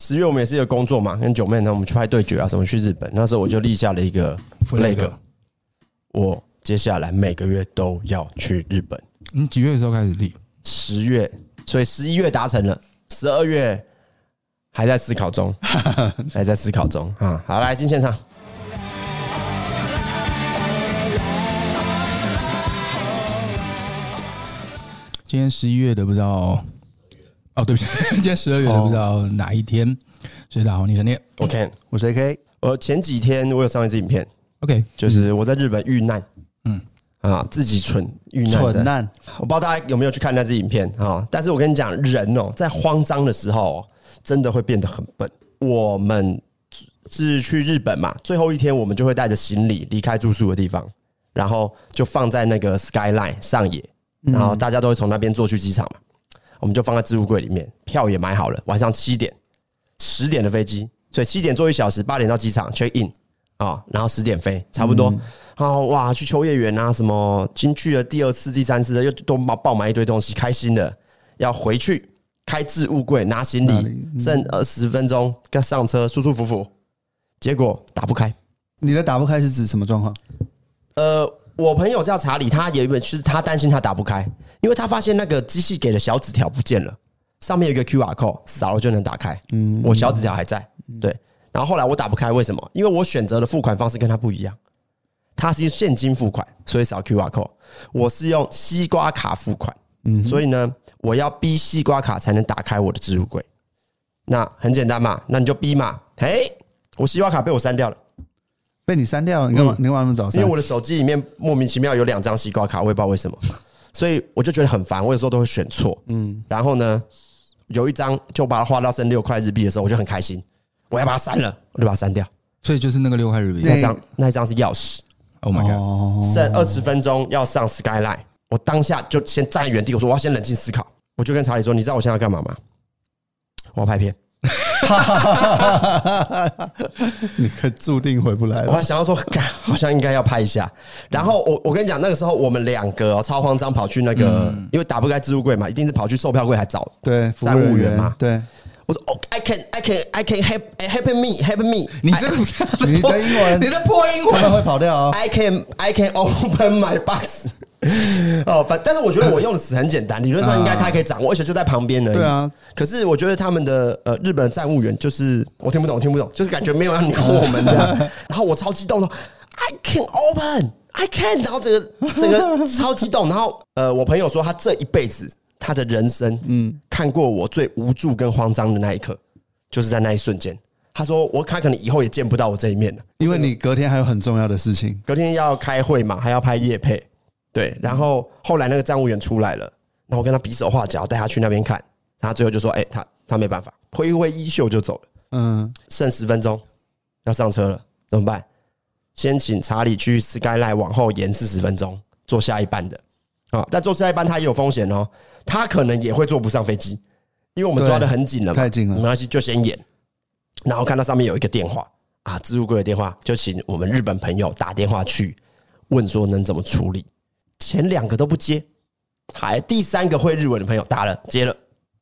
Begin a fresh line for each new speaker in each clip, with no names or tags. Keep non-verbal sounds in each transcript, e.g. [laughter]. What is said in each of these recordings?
十月我们也是一个工作嘛，跟九妹呢，我们去拍对决啊，什么去日本，那时候我就立下了一个 flag，我接下来每个月都要去日本。
你几月的时候开始立？
十月，所以十一月达成了，十二月还在思考
[laughs]
中，还在思考中啊。好，来进现场。
今天十一月的不知道，哦，对不起， [laughs] 今天十二月的
哦
不知道哪一天。所以大家好，你陈念
OK，
我是 AK，
我呃前几天我有上一支影片，
，OK，
就是我在日本遇难，嗯
嗯
啊，自己蠢遇难的
蠢难，
我不知道大家有没有去看那支影片啊，但是我跟你讲，人哦，在慌张的时候、哦，真的会变得很笨。我们是去日本嘛，最后一天我们就会带着行李离开住宿的地方，然后就放在那个 skyline 上野，然
嗯
后大家都会从那边坐去机场嘛，我们就放在置物柜里面，票也买好了，晚上七点、十点的飞机，所以七点坐一小时，八点到机场 check in 啊、然后十点飞，差不多。
嗯
然后哇，去秋叶原啊，什么新去了第二次、第三次的，又都爆爆买一堆东西，开心了，要回去开置物柜拿行
哪
李
里，嗯
剩二十分钟，刚上车，舒舒服服。结果打不开，
你的打不开是指什么状况？
呃，我朋友叫查理，他原本是他担心他打不开，因为他发现那个机器给的小纸条不见了，上面有一个 QR code，扫了就能打开。嗯，我小纸条还在，对。然后后来我打不开，为什么？因为我选择的付款方式跟他不一样，他是现金付款，所以扫 QR code，我是用西瓜卡付款，嗯，所以呢，我要逼西瓜卡才能打开我的置物柜。那很简单嘛，那你就逼嘛。嘿，我西瓜卡被我删掉了。
被你删掉了，你干嘛？你干嘛那么早
因
删？
为我的手机里面莫名其妙有两张西瓜卡，我也不知道为什么，所以我就觉得很烦。我有时候都会选错，嗯，然后呢，有一张就把它花到剩六块日币的时候，我就很开心，我要把它删了，我就把它删掉。
所以就是那个六块日币
那
对
张那一张是钥匙，
，Oh my
[laughs]
god，
哦，
剩二十分钟要上 Skyline，我当下就先站在原地，我说我要先冷静思考。我就跟查理说：“你知道我现在要干嘛吗？我要拍片。
你可注定回不来
我还
了。
想要说，干好像应该要拍一下。然后我我跟你讲，那个时候我们两个、哦、超慌张，跑去那个，因为打不开置物柜嘛，一定是跑去售票柜来找
对，服
站
务人
务员嘛
对，
我说哦，I can, I can, I can help, help me, help me.
你这个
你的英
[laughs]
文
你的破英
他们
文，
会跑掉哦。
I can, I can open my box. [laughs] 哦，反但是我觉得我用的词很简单，理论上应该他可以掌握，而且就在旁边而已。
啊对啊，
可是我觉得他们的呃日本的站务员就是我听不懂，我听不懂，就是感觉没有要鸟我们这
[laughs]
样。然后我超激动的，I can open, I can，然后这个这
[laughs]
个超激动。然后呃，我朋友说他这一辈子他的人生，嗯，看过我最无助跟慌张的那一刻，就是在那一瞬间。他说我他可能以后也见不到我这一面了。
因为你隔天还有很重要的事情，
隔天要开会嘛，还要拍夜配，对。然后后来那个站务员出来了，然后我跟他比手画脚，带他去那边看，他最后就说：“哎、他他没办法，挥一挥衣袖就走了，
嗯，
剩十分钟要上车了，怎么办？先请查理去 Skyline 往后延四十分钟，坐下一班的啊。但坐下一班他也有风险哦，他可能也会坐不上飞机，因为我们抓得很紧了嘛，哦
太近了
没关系，就先演。然后看到上面有一个电话啊，置物柜的电话，就请我们日本朋友打电话去问说能怎么处理。前两个都不接，还第三个会日文的朋友打了接了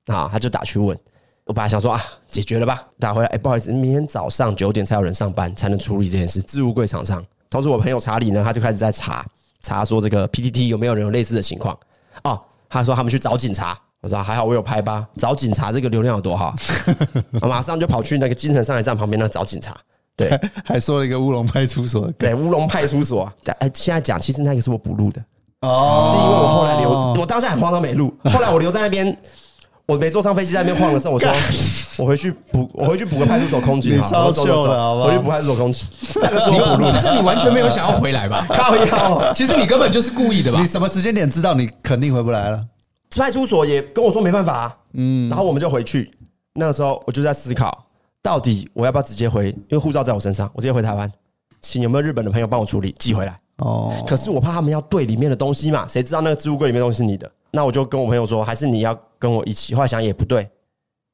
啊，他就打去问。我本来想说啊，解决了吧，打回来，哎、不好意思，明天早上九点才有人上班，才能处理这件事。置物柜厂商，同时我朋友查理呢，他就开始在查查说这个 PTT 有没有人有类似的情况哦。他说他们去找警察，我说还好我有拍吧，找警察这个流量有多
[laughs]
好，啊我马上就跑去那个精神上海站旁边那找警察。对
还说了一个乌龙派出所的梗
对，乌龙派出所、啊，但哎，现在讲其实那个是我补录的，
哦，
是因为我后来留，我当下很慌张没
[laughs]
录，后来我留在那边，我没坐上飞机在那边晃的时候，我说我回去补，我回去补个派出所空警
你
好了，我
超
走走
糗
走，
了好不好
我去补派出所空警，那个是
你
我补录
不
的，
是你完全没有想要回来
[laughs]
吧？
靠腰。
其实你根本就是故意的吧
你？什么时间点知道你肯定回不来了？
派出所也跟我说没办法、啊，嗯，然后我们就回去。那个时候我就在思考，到底我要不要直接回？因为护照在我身上，我直接回台湾，请有没有日本的朋友帮我处理寄回来？
哦，
可是我怕他们要对里面的东西嘛，谁知道那个置物柜里面的东西是你的？那我就跟我朋友说，还是你要跟我一起。后来想也不对，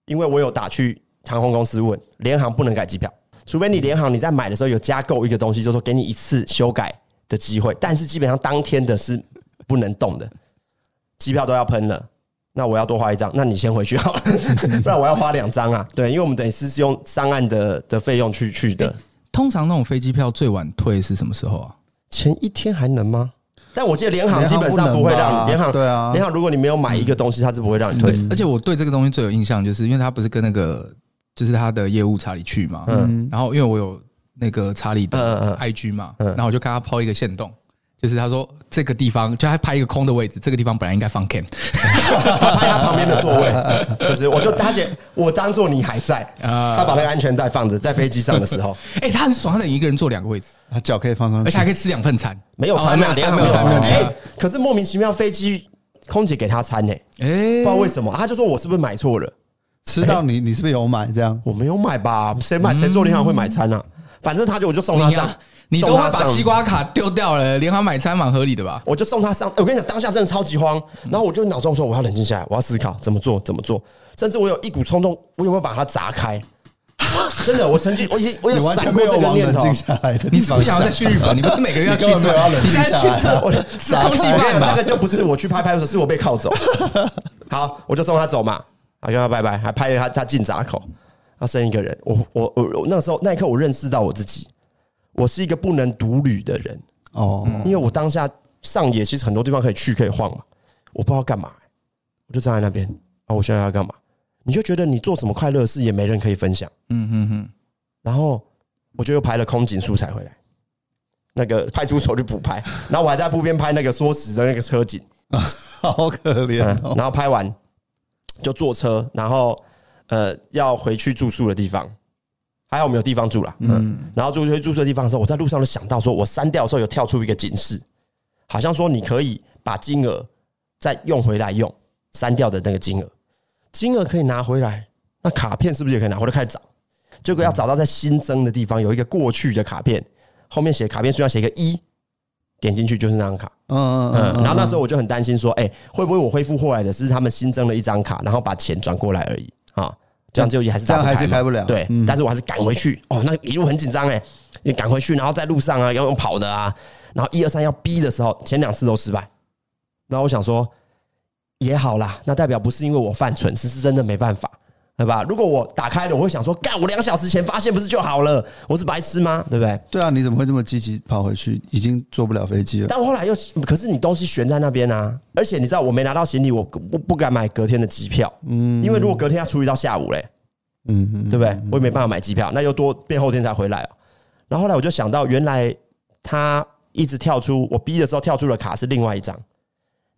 因为我有打去航空公司问，联航不能改机票，除非你联航你在买的时候有加购一个东西，就说给你一次修改的机会，但是基本上当天的是不能动的，机票都要喷了。那我要多花一张，那你先回去好了， [laughs] 不然我要花两张啊。对，因为我们等于是用上岸的的费用去去的，
通常那种飞机票最晚退是什么时候啊？
前一天还能吗？但我记得联航基本上不会让你联
联
航
航不能吧对啊
联航如果你没有买一个东西，它是不会让你退
而。且而且我对这个东西最有印象，就是因为他不是跟那个就是他的业务查理去嘛，
嗯，
然后因为我有那个查理的
嗯嗯嗯
IG 嘛，
嗯
然后我就看他抛一个线动。就是他说这个地方，就他拍一个空的位置，这个地方本来应该放 Ken，
他拍他旁边的座位，就是我就他写我当做你还在，
啊
他把那个安全带放着，在飞机上的时候
哎、他很爽，他等于一个人坐两个位置，
他脚可以放上
而且还
去，
可以吃两份餐，
没有
哦
餐
没
啊，
有
联
餐，
航
没有餐，
餐
没有
啊。
餐
哎，，可是莫名其妙飞机空姐给他餐呢，
哎、
不知道为什么，他就说我是不是买错了？
吃到你，你是不是有买这样？
我没有买吧？谁买谁做联航会买餐啊？反正他就我就送他
你
上
啊，，你
送
都
他
会把
上
西瓜卡丢掉了，联行买餐蛮合理的吧？
我就送他上。我跟你讲，当下真的超级慌，然后我就脑中说我要冷静下来，我要思考怎么做，怎么做。甚至我有一股冲动，我有没有把它砸开？ [laughs] 真的，我曾经我已经我
你
有
完
闪
全
过
没有
这个
往
念
冷
头
静。下来的
你
地
是
方想，
不想要再去日本？你不是每个月要去一
啊你
次
根本没有要
吗？
冷
你
静
现在去
下来
特，
[laughs]
是空
[laughs]
气饭
那
吧
个？就不是我去拍派出所，是我被铐走。好，我就送他走嘛，啊，跟他拜拜，还拍了他他进闸口，他剩一个人。我我我我那个时候那一刻，我认识到我自己，我是一个不能独旅的人。
哦，
因为我当下上野其实很多地方可以去可以晃嘛，我不知道干嘛、我就站在那边啊，我现在要干嘛？你就觉得你做什么快乐的事也没人可以分享，
嗯嗯嗯，
然后我就又拍了空景素材回来，那个派出所去补拍，然后我还在路边拍那个缩时的那个车景，
[laughs] 好可怜
嗯
哦，
然后拍完就坐车，然后呃要回去住宿的地方，还好我们有地方住啦，嗯，然后住回住宿的地方的时候，我在路上就想到说，我删掉的时候有跳出一个警示，好像说你可以把金额再用回来用，删掉的那个金额，金额可以拿回来，那卡片是不是也可以拿？我就开始找，结果要找到在新增的地方有一个过去的卡片，后面写卡片需要写一个一，点进去就是那张卡。
嗯
嗯，然后那时候我就很担心说，哎、会不会我恢复过来的是他们新增了一张卡，然后把钱转过来而已啊？这样就也还是
这样
打
还
不开
是
嘛
开不了
对，
嗯
但是我还是赶回去。哦，那一路很紧张哎，你赶回去，然后在路上啊，要用跑的啊，然后一二三要逼的时候，前两次都失败。然后我想说，也好啦，那代表不是因为我犯蠢，是是真的没办法，对吧？如果我打开了，我会想说，干，我两小时前发现不是就好了？我是白痴吗？对不对？
对啊，你怎么会这么积极跑回去？已经坐不了飞机了。
但我后来又，可是你东西悬在那边啊，而且你知道我没拿到行李，我不不敢买隔天的机票，嗯，因为如果隔天要处理到下午嘞，
嗯嗯，
对不对？我也没办法买机票，那又多变后天才回来哦。然后后来我就想到，原来他一直跳出我逼的时候跳出的卡是另外一张，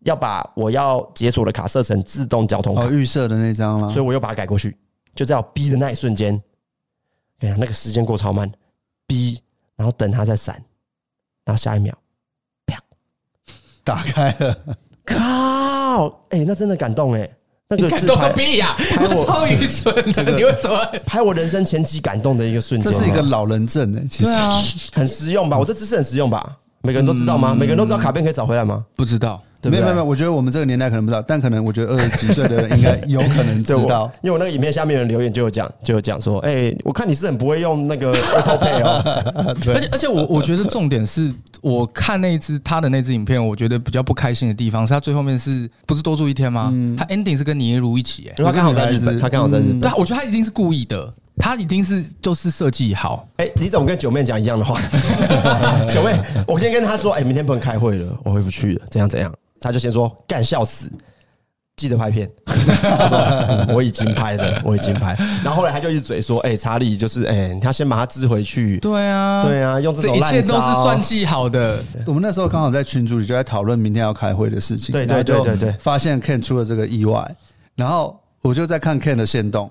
要把我要解锁的卡设成自动交通卡
哦，，预设的那张啦。
所以我又把它改过去。就在我逼的那一瞬间，哎呀，那个时间过超慢，逼，然后等它再闪，然后下一秒。
打开
[laughs]
了，
嗯靠！哎、那真的感动哎、那个是
都
拍
个屁呀！
拍我
超愚蠢的，你为什么？
拍我人生前几感动的一个瞬
这
间，
是一个老人证哎、其实
对啊，
很实用吧？我这知识很实用吧？每个人都知道吗？每个人都知道卡片可以找回来吗？
不知道，
对不
[laughs] 没
对
有没有没有，我觉得我们这个年代可能不知道，但可能我觉得二十几岁的人应该有可能知
对
道
我。因为我那个影片下面有人留言就有讲，就有讲说，哎、我看你是很不会用那 [laughs] 个 Apple Pay 哦，
而且而且我我觉得重点是我看那一支他的那支影片，我觉得比较不开心的地方是他最后面是不是多住一天吗？
嗯
他 ending 是跟倪如一起，哎，
因为他刚好在日本，他刚好在日本
对。啊，我觉得他一定是故意的，他一定是就是设计好，
哎、你怎么跟九妹讲一样的 [laughs] 话？九妹，我先跟她说，哎、明天不能开会了，我回不去了，怎样怎样？她就先说干笑死，记得拍片。 [laughs] 她说我已经拍了，我已经拍。然后后来她就一直嘴说，哎、查理就是哎、他先把他支回去。
对啊，
对啊用这种
一
烂
切都是
招
算计
[laughs]
好的，
[laughs] 我们那时候刚好在群组里就在讨论明天要开会的事情，
对对
然后就
对对对
发现 Ken 出了这个意外，然后我就在看 Ken 的线动，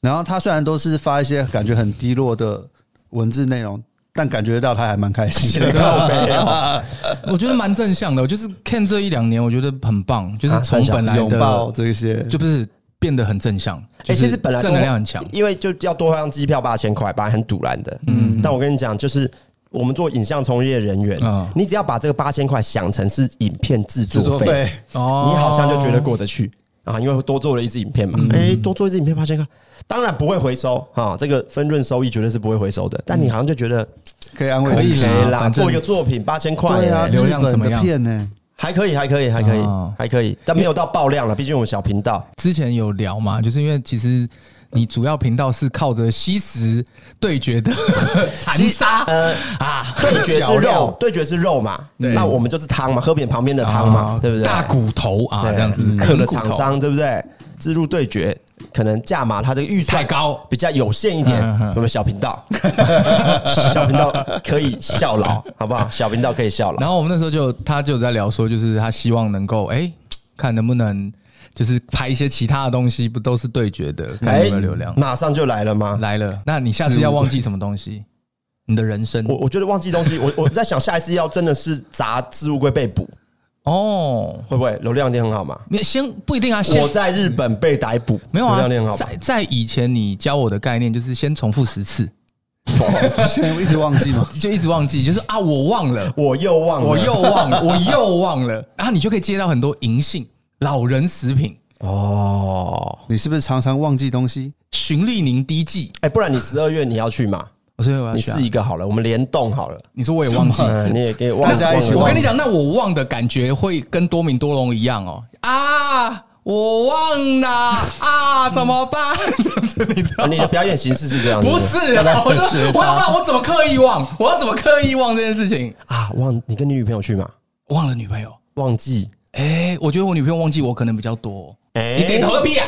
然后他虽然都是发一些感觉很低落的文字内容，但感觉到他还蛮开心的。 [laughs]
靠北哦
我觉得蛮正向的。就是 Ken 这一两年，我觉得很棒，就是
啊
从
三小
本来
拥抱
的
这些，
就不是变得很正向，
哎、
就是
其实本来
正能量很强。
因为就要多花张机票八千块，本来很堵然的。嗯，但我跟你讲，就是我们做影像从业人员，
嗯
你只要把这个八千块想成是影片制
制作
作费，
费，
哦嗯
你好像就觉得过得去啊，因为多做了一支影片嘛。哎、多做一支影片八千块，当然不会回收啊，这个分润收益绝对是不会回收的。但你好像就觉得
可以安慰
嗯可以
自己。啊
啦
哎啦，
反正
做一个作品八千块，
对啊，啊
哎
流
日
量
本
怎么
的
样
片呢？
还可以，还可以，还可以
哦，
还可以，但没有到爆量了，毕竟我们小频道。
之前有聊嘛，就是因为其实你主要频道是靠着吸食对决
[laughs]
的残杀
呃，
啊，
对决是
脚
肉
料，
对决是肉嘛，那我们就是汤嘛，喝扁旁边的汤嘛
啊，
对不对？
大骨头啊，
对嗯
这样子，
各
啃
个
骨头
厂商对不对？置入对决，可能价码它这个预算
太高
比较有限一点
嗯嗯嗯。
我们小频
[laughs]
道，小频道可以效劳，好不好？小频道可以效劳。
然后我们那时候就他就有在聊说，就是他希望能够哎、看能不能就是拍一些其他的东西，不都是对决的，
哎
看有没有流量、
马上就来了吗？
来了。那你下次要忘记什么东西？你的人生
我我觉得忘记东西，我我在想下一次要真的是砸置物柜被捕，
哦，
会不会流量一定很好嘛？
没先不一定啊，先
我在日本被逮捕，
没有
流
啊
量一定很好，吧？
在在以前你教我的概念就是先重复十次，，
现在我一直忘记嘛
就一直忘记，就是啊我忘了，
我又忘了，
我又
[laughs]
忘了，我又忘了，然后你就可以接到很多银杏、老人食品、
哦，
你是不是常常忘记东西？
循利宁滴剂。
哎，不然你十二月你要去嘛？
我说我要
你
去啊
试，一个好了，我们联动好了，
你说我也忘记了。
嗯，你也可以忘
大家一起
忘
我
了
跟你讲，那我忘的感觉会跟多明多隆一样哦啊，我忘了啊，怎么办？ [laughs] 就是你知道
啊你的表演形式是这样，
不是
对
啊，我就
学
我要不然我怎么刻意忘？我要怎么刻意忘这件事情？
啊？忘你跟你女朋友去嘛？
忘了女朋友，
忘记。
哎，我觉得我女朋友忘记我可能比较多。
哎
你点头个
[laughs]
屁啊！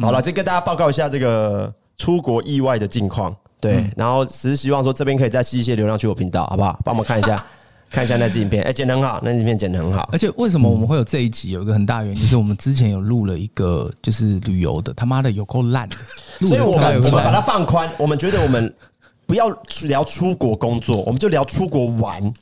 好了，再跟大家报告一下这个出国意外的近况。
嗯
对，然后只是希望说这边可以再吸一些流量去我频道，好不好？帮我们看一
[laughs]
下，看一下那支影片，哎，剪得很好，那支影片剪得很好
而。且为什么我们会有这一集？有一个很大原因就是我们之前有录了一个就是旅游的，他妈的有够烂的，
[laughs]
录
所以
得
我
他妈
们
有
我
够
们把
烂
它放宽，我们觉得我们不要聊出国工作，我们就聊出国玩，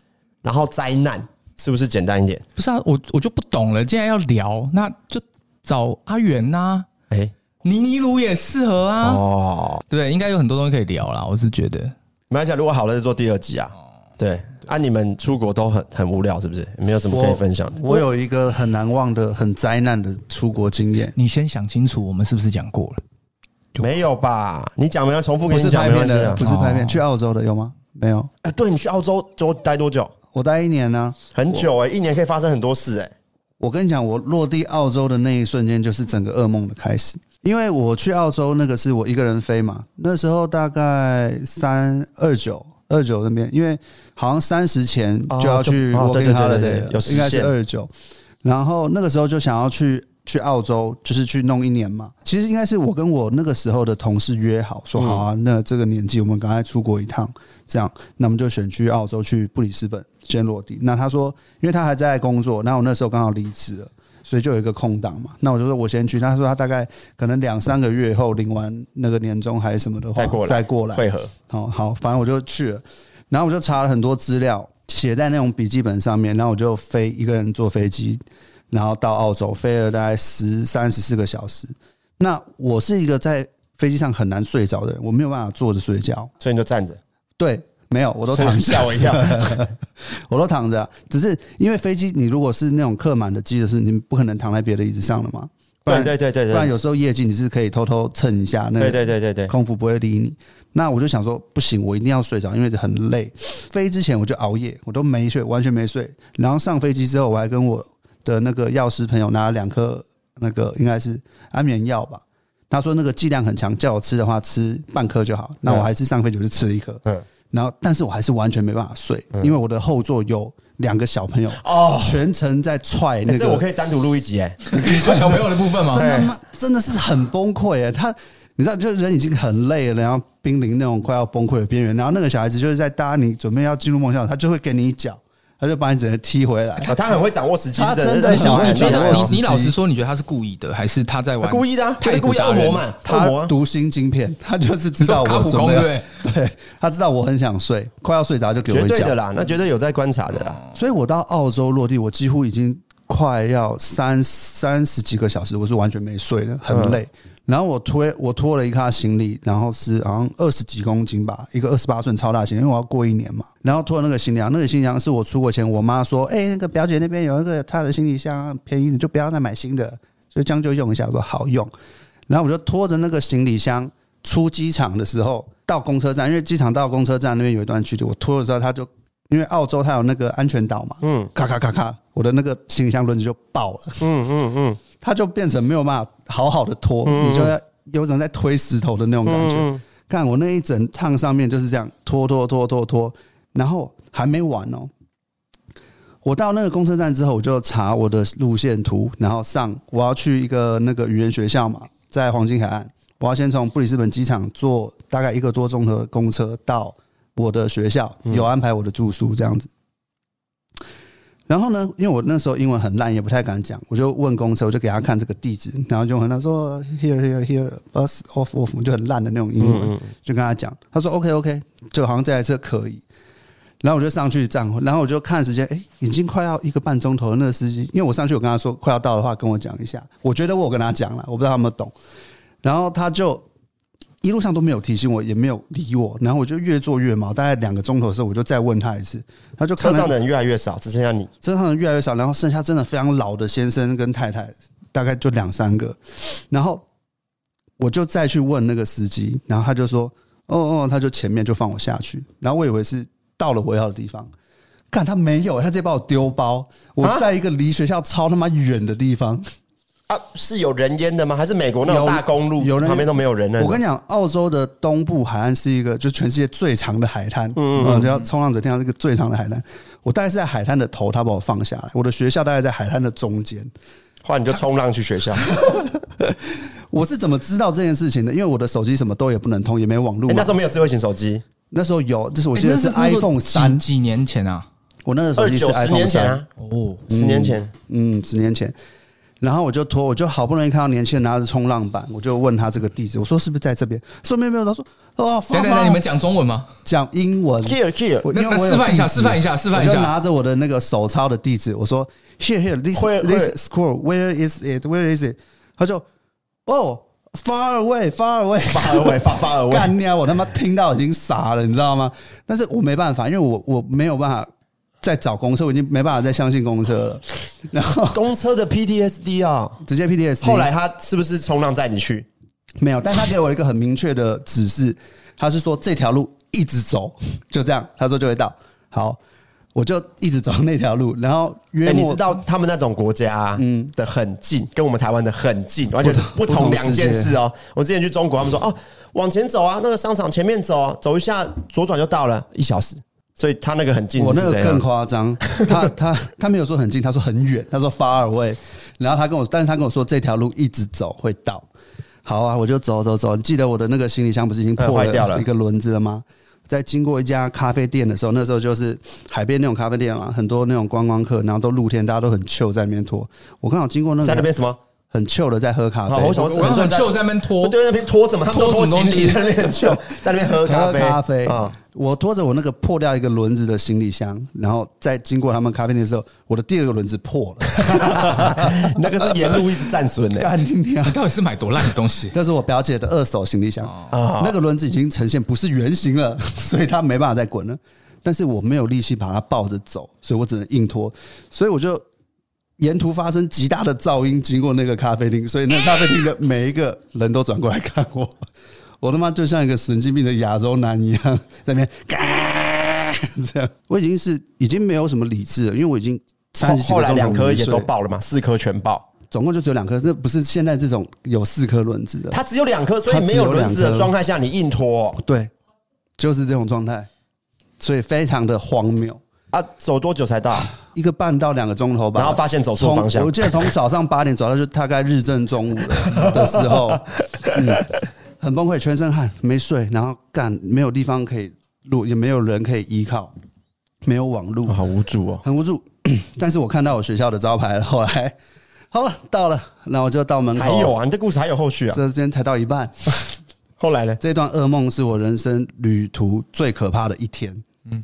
然后灾难是不是简单一点？
不是啊，我我就不懂了。既然要聊，那就找阿元呐、
哎，
尼尼鲁也适合啊，
哦，
对，应该有很多东西可以聊啦。我是觉得
没关系啊，如果好了再做第二集啊。对，啊，你们出国都很很无聊，是不是？没有什么可以分享的。
我有一个很难忘的、很灾难的出国经验，
你先想清楚，我们是不是讲过了？
[laughs] 没有吧？你讲没有重复
不
跟
是
你讲
拍
没
片
关系
的，
啊。
不是拍片，
哦
去澳洲的有吗？没有，
哎，对你去澳洲多待多久？
我待一年呢、
很久哎、一年可以发生很多事哎、
我跟你讲，我落地澳洲的那一瞬间，就是整个噩梦的开始。因为我去澳洲那个是我一个人飞嘛，那时候大概三二九二九那边，因为好像三十前
哦
就要
就
去
哦
working
对
holiday，、
对对对有时
应该是
限
二九。然后那个时候就想要去去澳洲，就是去弄一年嘛。其实应该是我跟我那个时候的同事约好，说
嗯
好啊，那这个年纪我们赶快出国一趟，这样，那我们就选去澳洲去布里斯本先落地。那他说，因为他还在工作，那我那时候刚好离职了。所以就有一个空档嘛，那我就说我先去。他说他大概可能两三个月后领完那个年终还是什么的话，
再过来
再过来
会合
好好，反正我就去了，然后我就查了很多资料，写在那种笔记本上面，然后我就飞一个人坐飞机，然后到澳洲飞了大概十三十四个小时。那我是一个在飞机上很难睡着的人，我没有办法坐着睡觉。
所以你就站着，
对，没有，我都躺着，
吓我一跳。
[laughs] 我都躺着。啊只是因为飞机，你如果是那种客满的机的是，你不可能躺在别的椅子上了嘛。不
对
然
对对对
不然
对，
有时候夜景你是可以偷偷蹭一下那个
对对对对对，
空腹不会理你。那我就想说，不行，我一定要睡着，因为很累。飞之前我就熬夜，我都没睡，完全没睡。然后上飞机之后，我还跟我的那个药师朋友拿了两颗那个应该是安眠药吧。他说那个剂量很强，叫我吃的话吃半颗就好。那我还是上飞机我就吃了一颗，
嗯
嗯，然后但是我还是完全没办法睡，因为我的后座有两个小朋友
哦
全程在踹
哎
那
这我
个
可以单独录一集
[laughs]
哎、
你说小朋友的部分吗？
真的吗？真的是很崩溃哎！他，你知道，就人已经很累了，然后濒临那种快要崩溃的边缘，然后那个小孩子就是在搭你准备要进入梦乡，他就会给你一脚，他就把你整个踢回来。
啊他很会掌握时机，
他
是
真的
是小孩
很会
没
掌握
来
时
哦
机
你你老实说，你觉得他是故意的，还是他在
他
玩
故意的、啊，他是故意恶魔嘛，恶魔
他
啊。
读心晶片，他就是知道
你说
我
卡普
准
空
备要
对，
对他知道我很想睡，快要睡着就给
绝
我一
对的
脚。
啦，那绝对有在观察的啦。
所以我到澳洲落地，我几乎已经。快要三三十几个小时，我是完全没睡的，很累。然后我推我拖了一卡行李，然后是好像二十几公斤吧，一个二十八寸超大行李，因为我要过一年嘛。然后拖那个行李箱，那个行李箱是我出国前我妈说，哎、那个表姐那边有一个她的行李箱便宜，你就不要再买新的，就将就用一下。我说好用，然后我就拖着那个行李箱出机场的时候，到公车站，因为机场到公车站那边有一段距离，我拖了之后，它就因为澳洲它有那个安全岛嘛，嗯，咔咔咔咔，我的那个行李箱轮子就爆了，
嗯嗯嗯，
它就变成没有办法好好的拖，你就要有种在推石头的那种感觉。干我那一整趟上面就是这样拖拖拖拖拖，然后还没完哦。我到那个公车站之后，我就查我的路线图，然后上我要去一个那个语言学校嘛，在黄金海岸，我要先从布里斯本机场坐大概一个多钟头的公车到我的学校，有安排我的住宿这样子。然后呢，因为我那时候英文很烂，也不太敢讲，我就问公车，我就给他看这个地址，然后就跟他说 here here here bus off off，就很烂的那种英
嗯
文，就跟他讲，他说 OK OK，就好像这台车可以。然后我就上去站，然后我就看时间，哎，已经快要一个半钟头了。那个司机，因为我上去我跟他说快要到的话，跟我讲一下。我觉得我有跟他讲了，我不知道他有没有懂。然后他就一路上都没有提醒我，也没有理我。然后我就越做越毛，大概两个钟头的时候，我就再问他一次，他就
车
看了
上的人越来越少，只剩下你。
车上人越来越少，然后剩下真的非常老的先生跟太太，大概就两三个。然后我就再去问那个司机，然后他就说：“哦哦，他就前面就放我下去。”然后我以为是到了我要的地方，看他没有，他直接把我丢包。我
啊
在一个离学校超他妈远的地方，
啊，是有人烟的吗？还是美国那种
有
大公路
有人
旁边都没有人啊呢？
我跟你讲，澳洲的东部海岸是一个就全世界最长的海滩，嗯嗯，就要冲浪者天堂这个最长的海滩。我大概是在海滩的头，他把我放下来。我的学校大概在海滩的中间。
后来你就冲浪去学校。
我是怎么知道这件事情的？因为我的手机什么都也不能通，也没网络
诶哎
嘛、
那时候没哎有智慧型手机，
那时候有，就是我记得
哎那
是
那时候
iPhone
几
三，
几年前啊？
我那个手
二
机是
九十
iPhone
年前
三，
啊，
哦，
十年前。
嗯，十年前。然后我就拖，我就好不容易看到年轻人拿着冲浪板，我就问他这个地址，我说是不是在这边？说没有没有，他说哦，
等
发
一下等一下，你
发
们讲中文吗？
讲英文，
Here here，
我
那
因为
那
我有
示范一下，
地址
示范一下，示
我
范一
就
下。
拿着我的那个手抄的地址，我说 Here here this
会
this squirrel where is it where is it？他就哦 far away far away
发而为发发而为。
干你啊！我他妈听到已经傻了，你知道吗？但是我没办法，因为我我没有办法再找公车，我已经没办法再相信公车了。
[laughs]
然后
公车的 PTSD 啊，
直接 PDS，
后来他是不是冲浪载你去？
没有，但他给我一个很明确的指示，他是说这条路一直走，就这样，他说就会到。好，我就一直走那条路，然后
哎、
约
你
莫
知道他们那种国家、嗯的很近，跟我们台湾的很近，完全是不同两件事哦。我之前去中国，他们说哦，往前走啊，那个商场前面走、啊，走一下左转就到了，一小时。所以他那个很近
我
是啊
那个
这
更
样。
夸张，
[laughs]
他他他没有说很近，他说很远，他说 far away。然后他跟我，但是他跟我说这条路一直走会到。好啊，我就走走走。你记得我的那个行李箱不是已经
嗯
破
坏掉了
一个轮子了吗？在经过一家咖啡店的时候，那时候就是海边那种咖啡店嘛，很多那种观光客，然后都露天，大家都很 chill 在那边拖。我刚好经过那个
在那边什么？
很 chill 的在喝咖啡，
好我想
我我很秀在那边
我
拖，
对那边拖什么？他们都拖
拖什么
行
东西
李，在那 [laughs] 边很旧，在那边喝咖
喝
啡。
咖啡
啊
啊！我拖着我那个破掉一个轮子的行李箱，然后在经过他们咖啡店的时候，我的第二个轮子破了。
[laughs] 那个是沿路一直战损的、
干你娘！
你到底是买多烂的东
[laughs]
西？
这是我表姐的二手行李箱，
哦啊
那个轮子已经呈现不是圆形了， [laughs] 所以它没办法再滚了。但是我没有力气把它抱着走，所以我只能硬拖，所以我就沿途发生极大的噪音，经过那个咖啡厅，所以那个咖啡厅的每一个人都转过来看我， [laughs] 我他妈就像一个神经病的亚洲男一样，在那边 [laughs] 嘎这样，我已经是已经没有什么理智了，因为我已经三
后
十几
后
个
来
钟头
两颗
没
也
睡
都，爆了嘛，四颗全爆。
总共就只有两颗，那不是现在这种有四颗轮子的，
它只有两颗，所以没有轮子的状态下，你硬拖
对，就是这种状态，所以非常的荒谬。
啊，走多久才到？
一个半到两个钟头吧，
然后发现走错
从
方向
我记得从早上八点走到就大概日正中午了的
[laughs]
时候，嗯，很崩溃，全身汗，没睡，然后干没有地方可以录，也没有人可以依靠，没有网路，
好无助哦。
很无助。 [clears throat] 但是我看到我学校的招牌了，后来好了，到了，那我就到门口，
还有，啊，你的故事还有后续啊。
这边才到一半，
后来呢？
这段噩梦是我人生旅途最可怕的一天。嗯，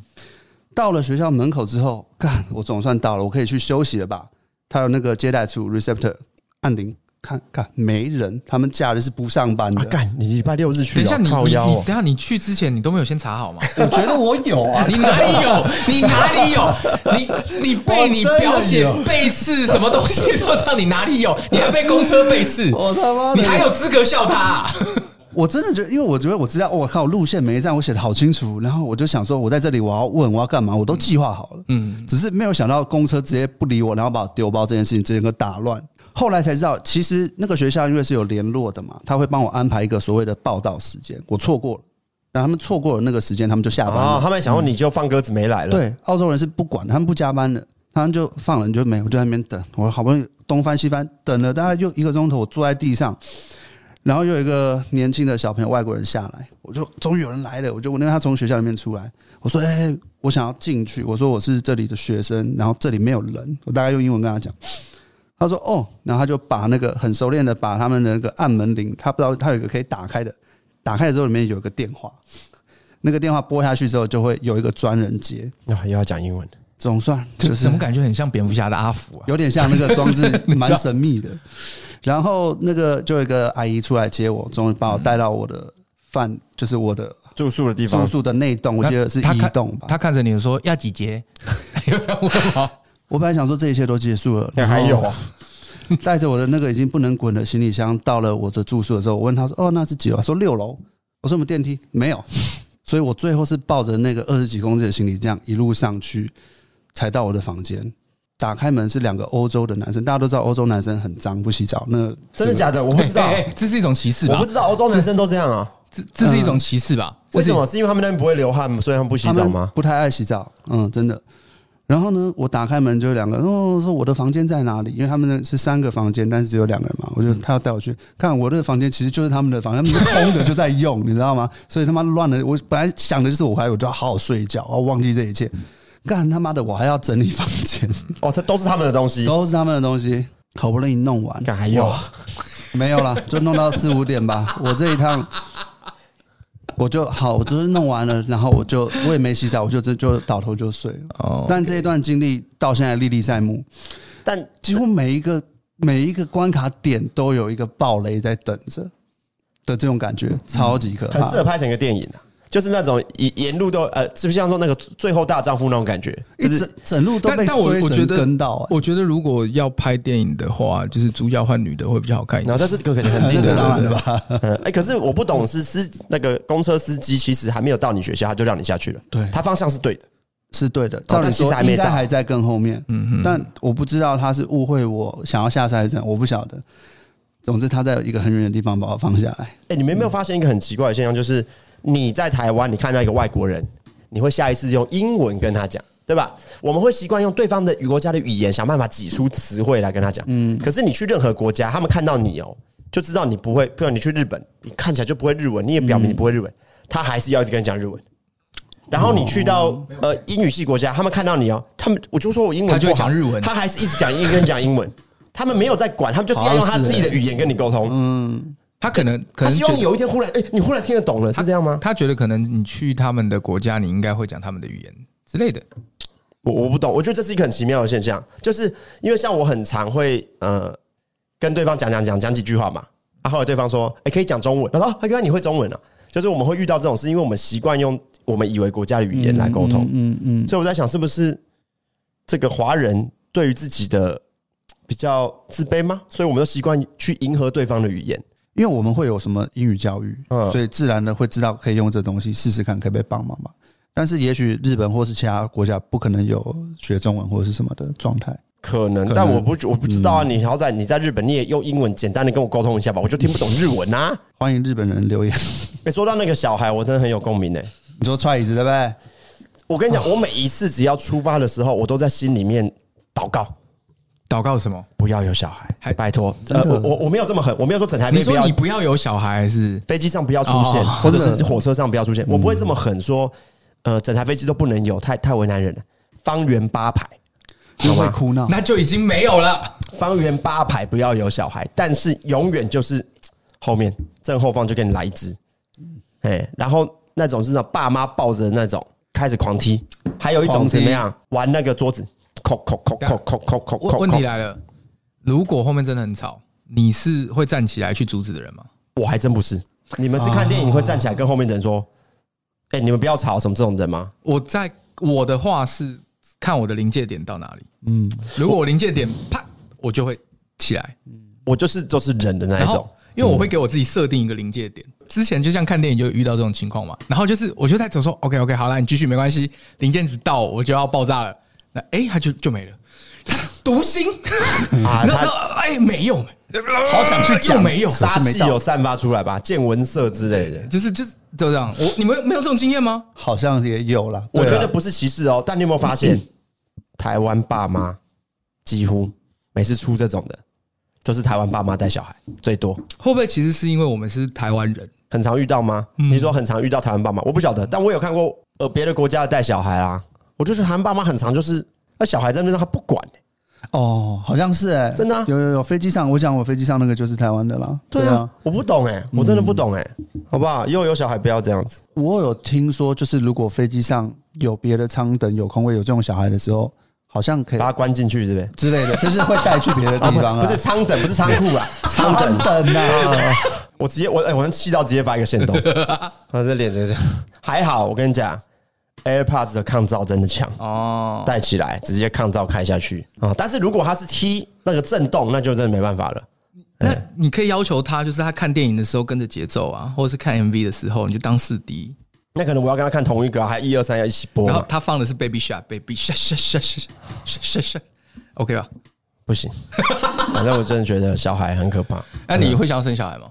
到了学校门口之后，干，我总算到了，我可以去休息了吧？他有那个接待处 receptor 按铃，看看没人，他们假日是不上班
啊，
的。
干你礼拜六日去、哦，
等一下你，你
靠
你
腰哦
等一。下你去之前，你都没有先查好吗？
我觉得我有啊，
你哪里有？你哪里有？你你被你表姐背刺什么东西都知道，你哪里有？你还被公车背刺，
我他妈的
你还有资格笑他、啊？
我真的觉得，因为我觉得我知道，我靠，路线每一站我写的好清楚，然后我就想说，我在这里我要问我要干嘛，我都计划好了，嗯，只是没有想到公车直接不理我，然后把我丢包这件事情整个打乱。后来才知道，其实那个学校因为是有联络的嘛，他会帮我安排一个所谓的报道时间，我错过了，然后他们错过了那个时间，他们就下班
啊，
了。
他们想说你就放鸽子没来了，，
对，澳洲人是不管的，他们不加班的，他们就放人就没有，我就在那边等。我好不容易东翻西翻，等了大概又一个钟头，我坐在地上，然后又有一个年轻的小朋友，外国人下来，我就终于有人来了，我就问因为他从学校里面出来，我说：“哎、我想要进去。”我说：“我是这里的学生，然后这里没有人。”我大概用英文跟他讲。他说：“哦。”然后他就把那个很熟练的把他们的那个按门铃，他不知道他有一个可以打开的，打开了之后里面有一个电话，那个电话拨下去之后就会有一个专人接。
啊，又要讲英文，
总算就是
怎么感觉很像蝙蝠侠的阿福啊？
有点像那个装
[laughs]
置，蛮神秘的。然后那个就有一个阿姨出来接我，终于把我带到我的饭，就是我的
住宿的地
住
方，
宿的那栋，我记得是
他
一
看
栋吧
他。看着你说要几节， [laughs] 有在问吗？
我本来想说这一切都结束了，
还有啊，
[laughs] 带着我的那个已经不能滚的行李箱到了我的住宿的时候，我问他说：“哦，那是几楼？”他说六楼。我说：“我们电梯没有。”所以，我最后是抱着那个二十几公斤的行李，这样一路上去，才到我的房间。打开门是两个欧洲的男生，大家都知道欧洲男生很脏，不洗澡。那
真的假的？我不知 [laughs] 道
[laughs] 哎，哎哎这是一种歧视
我
吧
不？知道欧洲男生都这样啊，
这这是一种歧视吧？
嗯
这
为
是
什么？是因为他们那边不会流汗，所以他们不洗澡
他
吗
们？不太爱洗澡，嗯，真的。然后呢，我打开门就有两个，哦，说我的房间在哪里？因为他们呢是三个房间，但是只有两个人嘛。我就他要带我去看我的房间，其实就是他们的房间，他们是空的就在用，你知道吗？ [laughs] 所以他妈乱了。我本来想的就是我还我就要好好睡一觉，我要忘记这一切。干他妈的，我还要整理房
[laughs]
间，
哦，这都是他们的东西，哎
都是他们的东西，好不容易弄完，
干还有
哇没有啦，就弄到四五点吧。我这一趟，我就好，我就是弄完了，然后我就我也没洗澡，我就就就倒头就睡了。
哦
但这一段经历到现在历历在目，
但
几乎每一个每一个关卡点都有一个暴雷在等着的这种感觉，超级可
嗯
很
怕
适。合拍成一个电影啊。就是那种沿沿路都呃，是不是像说那个最后大丈夫那种感觉？
一
就是
整整路都
但
被
但我
衰
我觉
神
得
跟
啊
到、欸，
我觉得如果要拍电影的话，就是主角换女的会比较好看一
然
点。
后这是肯定肯定
那是 [laughs]
的
当
啦，
然的吧？
嗯哎，可是我不懂，是司那个公车司机其实还没有到你学校，他就让你下去了。
对
他方向是对的，
是对的，照
哦
理
但其实
说
还没
应该
到
还在更后面，
嗯哼
但我不知道他是误会我想要下山还是怎样，我不晓得。总之，他在一个很远的地方把我放下来。
哎、你们有
嗯
没有发现一个很奇怪的现象？就是你在台湾，你看到一个外国人，你会下意识用英文跟他讲，对吧？我们会习惯用对方的国家的语言，想办法挤出词汇来跟他讲。嗯，可是你去任何国家，他们看到你哦、就知道你不会。譬如你去日本，你看起来就不会日文，你也表明你不会日
嗯
文，他还是要一直跟你讲日文。然后你去到、呃英语系国家，他们看到你哦、他们我就说我英文
哦他就会
不好
讲日文
他还是一直讲英跟讲英文，他们没有在管，他们就是要用他自己的
欸
语言跟你沟通。
他可能
他
可能
希
觉
望
得
有一天忽然，哎、你忽然听得懂了，是这样吗？
他觉得可能你去他们的国家，你应该会讲他们的语言之类的。
我我不懂，我觉得这是一个很奇妙的现象，就是因为像我很常会呃跟对方讲讲讲讲几句话嘛，然后来对方说，哎、可以讲中文，然后啊，原来你会中文啊，就是我们会遇到这种事，因为我们习惯用我们以为国家的语言来沟通，
嗯嗯，
所以我在想，是不是这个华人对于自己的比较自卑吗？所以我们都习惯去迎合对方的语言。
因为我们会有什么英语教育，
嗯
所以自然的会知道可以用这东西试试看，可不可以帮忙嘛？但是也许日本或是其他国家不可能有学中文或者是什么的状态。
可能，
可能
但我不我不知道啊。你好歹你在日本，你也用英文简单的跟我沟通一下吧，我就听不懂日文啊。
欢迎日本人留言， [laughs]
欸，说到那个小孩，我真的很有共鸣呢、
你说踹椅子对不对？
我跟你讲，我每一次只要出发的时候，我都在心里面祷告，
祷告什么？
不要有小孩，
还
拜托。
真
呃，
的
我我我没有这么狠，我没有说整台
你
飞不
说
要
你，不要有小孩还是？
飞机上不要出现，
哦
或者
真
是
的
火车上不要出现，我不会这么狠说，呃，整台飞机都不能有，太太为难人了。方圆八排，
又会哭
哦
闹，
那就已经没有了。
方圆八排不要有小孩，但是永远就是后面正后方就给你来一只，哎、然后那种是那种爸妈抱着那种开始狂踢，还有一种
狂踢
怎么样玩那个桌子，扣扣扣扣扣扣扣扣
问
扣。
问题来了，如果后面真的很吵，你是会站起来去阻止的人吗？
我还真不是。你们是看电影会站起来跟后面的人说：“哎、你们不要吵什么这种人吗
我在我的话是看我的临界点到哪里。
嗯，
如果我临界点啪，我就会起来。？”
我就是就是忍的那
然
一
后
种。，
因为我会给我自己设定一个临界点。之前就像看电影就遇到这种情况嘛，然后就是我就在走说，OK OK，好啦，你继续没关系，零件子到我就要爆炸了，那哎、它就就没了。 [laughs] 读心，
啊
然后然
他
后哎没有，
好想去讲
又没有，
杀
没
气
到
有散发出来吧，见闻色之类的。
就是就是就这样。我你们没有这种经验吗？
好像也有啦。
我觉得不是歧视哦，但你有没有发现，台湾爸妈几乎每次出这种的，就是台湾爸妈带小孩最多，
会不会其实是因为我们是台湾人？
很常遇到吗？你说很常遇到台湾爸妈，我不晓得，但我有看过呃别的国家的带小孩啊，我就是台湾爸妈很常就是那小孩在那边他不管、欸
哦，好像是哎、
真的啊
有有有飞机上，我讲我飞机上那个就是台湾的啦。
对啊，我不懂哎、我真的不懂哎、好不好？以后有小孩不要这样子。
我有听说，就是如果飞机上有别的舱等有空位有这种小孩的时候，好像可以
把他关进去，是不是？
之类的，就是会带去别的地
[laughs]
方
啊
啊，
哦不是仓等，不是仓库啊，仓
舱
等。
[laughs] 等啊。
我直接我哎、我能气到直接发一个线
[laughs]
动，他这脸真是还好。我跟你讲，AirPods 的抗噪真的强，
哦，
戴起来直接抗噪开下去啊、但是如果它是 T 那个震动，那就真的没办法了。
那你可以要求他，就是他看电影的时候跟着节奏啊，或者是看 MV 的时候，你就当四 D，
那可能我要跟他看同一个啊，还一二三要一起播
然后
嘛？
他放的是 Baby Shark，Baby Shark Shark Shark Shark Shark Shark，OK 吧？
不
[laughs]
行，反正我真的觉得小孩很可怕。
那你会想要生小孩吗？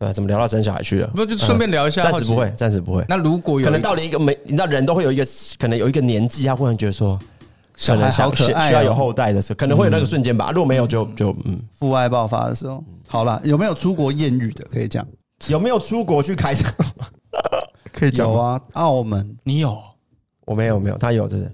呃，怎么聊到生小孩去了？
不就顺便聊一下
暂
好
时
奇
不会，暂时不会。
那如果有
可能到了一个没，你知道人都会有一个可能有一个年纪，他忽然觉得说，
小孩好可
可能想
爱哦
需要有后代的时候，可能会有那个瞬间吧。如果没有就，就嗯，
父爱爆发的时候，好啦，有没有出国艳遇的？可以讲，
有没有出国去开场？
可以讲有啊，澳门，
你有
[laughs] 我没有，没有，他有，对不对？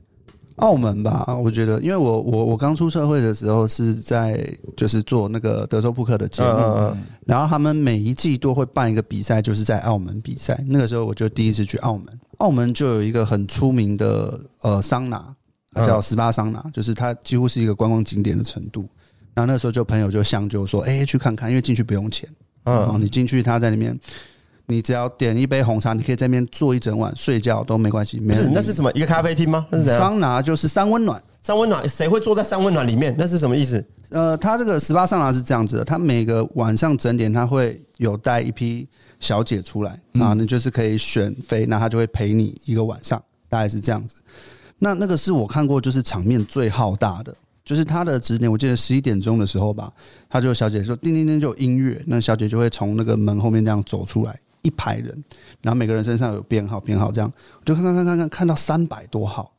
澳门吧，我觉得，因为我我我刚出社会的时候是在就是做那个德州扑克的节目，
嗯嗯嗯，
然后他们每一季都会办一个比赛，就是在澳门比赛。那个时候我就第一次去澳门，澳门就有一个很出名的呃桑拿，
嗯
它叫十八桑拿，就是它几乎是一个观光景点的程度。然后那时候就朋友就相就说，哎、去看看，因为进去不用钱，嗯，你进去他在里面。你只要点一杯红茶，你可以在那边坐一整晚，睡觉都没关系。
不
没
是，
人
那是什么？一个咖啡厅吗？那是怎样？
桑拿就是三温暖。
三温暖，谁会坐在三温暖里面？那是什么意思？
呃，他这个十八上拿是这样子的，他每个晚上整点他会有带一批小姐出来，啊，你就是可以选妃，那他就会陪你一个晚上，大概是这样子。那那个是我看过就是场面最浩大的，就是他的指点，我记得十一点钟的时候吧，他就有小姐说叮叮叮就有音乐，那小姐就会从那个门后面这样走出来。一排人，然后每个人身上有编号，编号这样，我就看看看看看看到三百多号，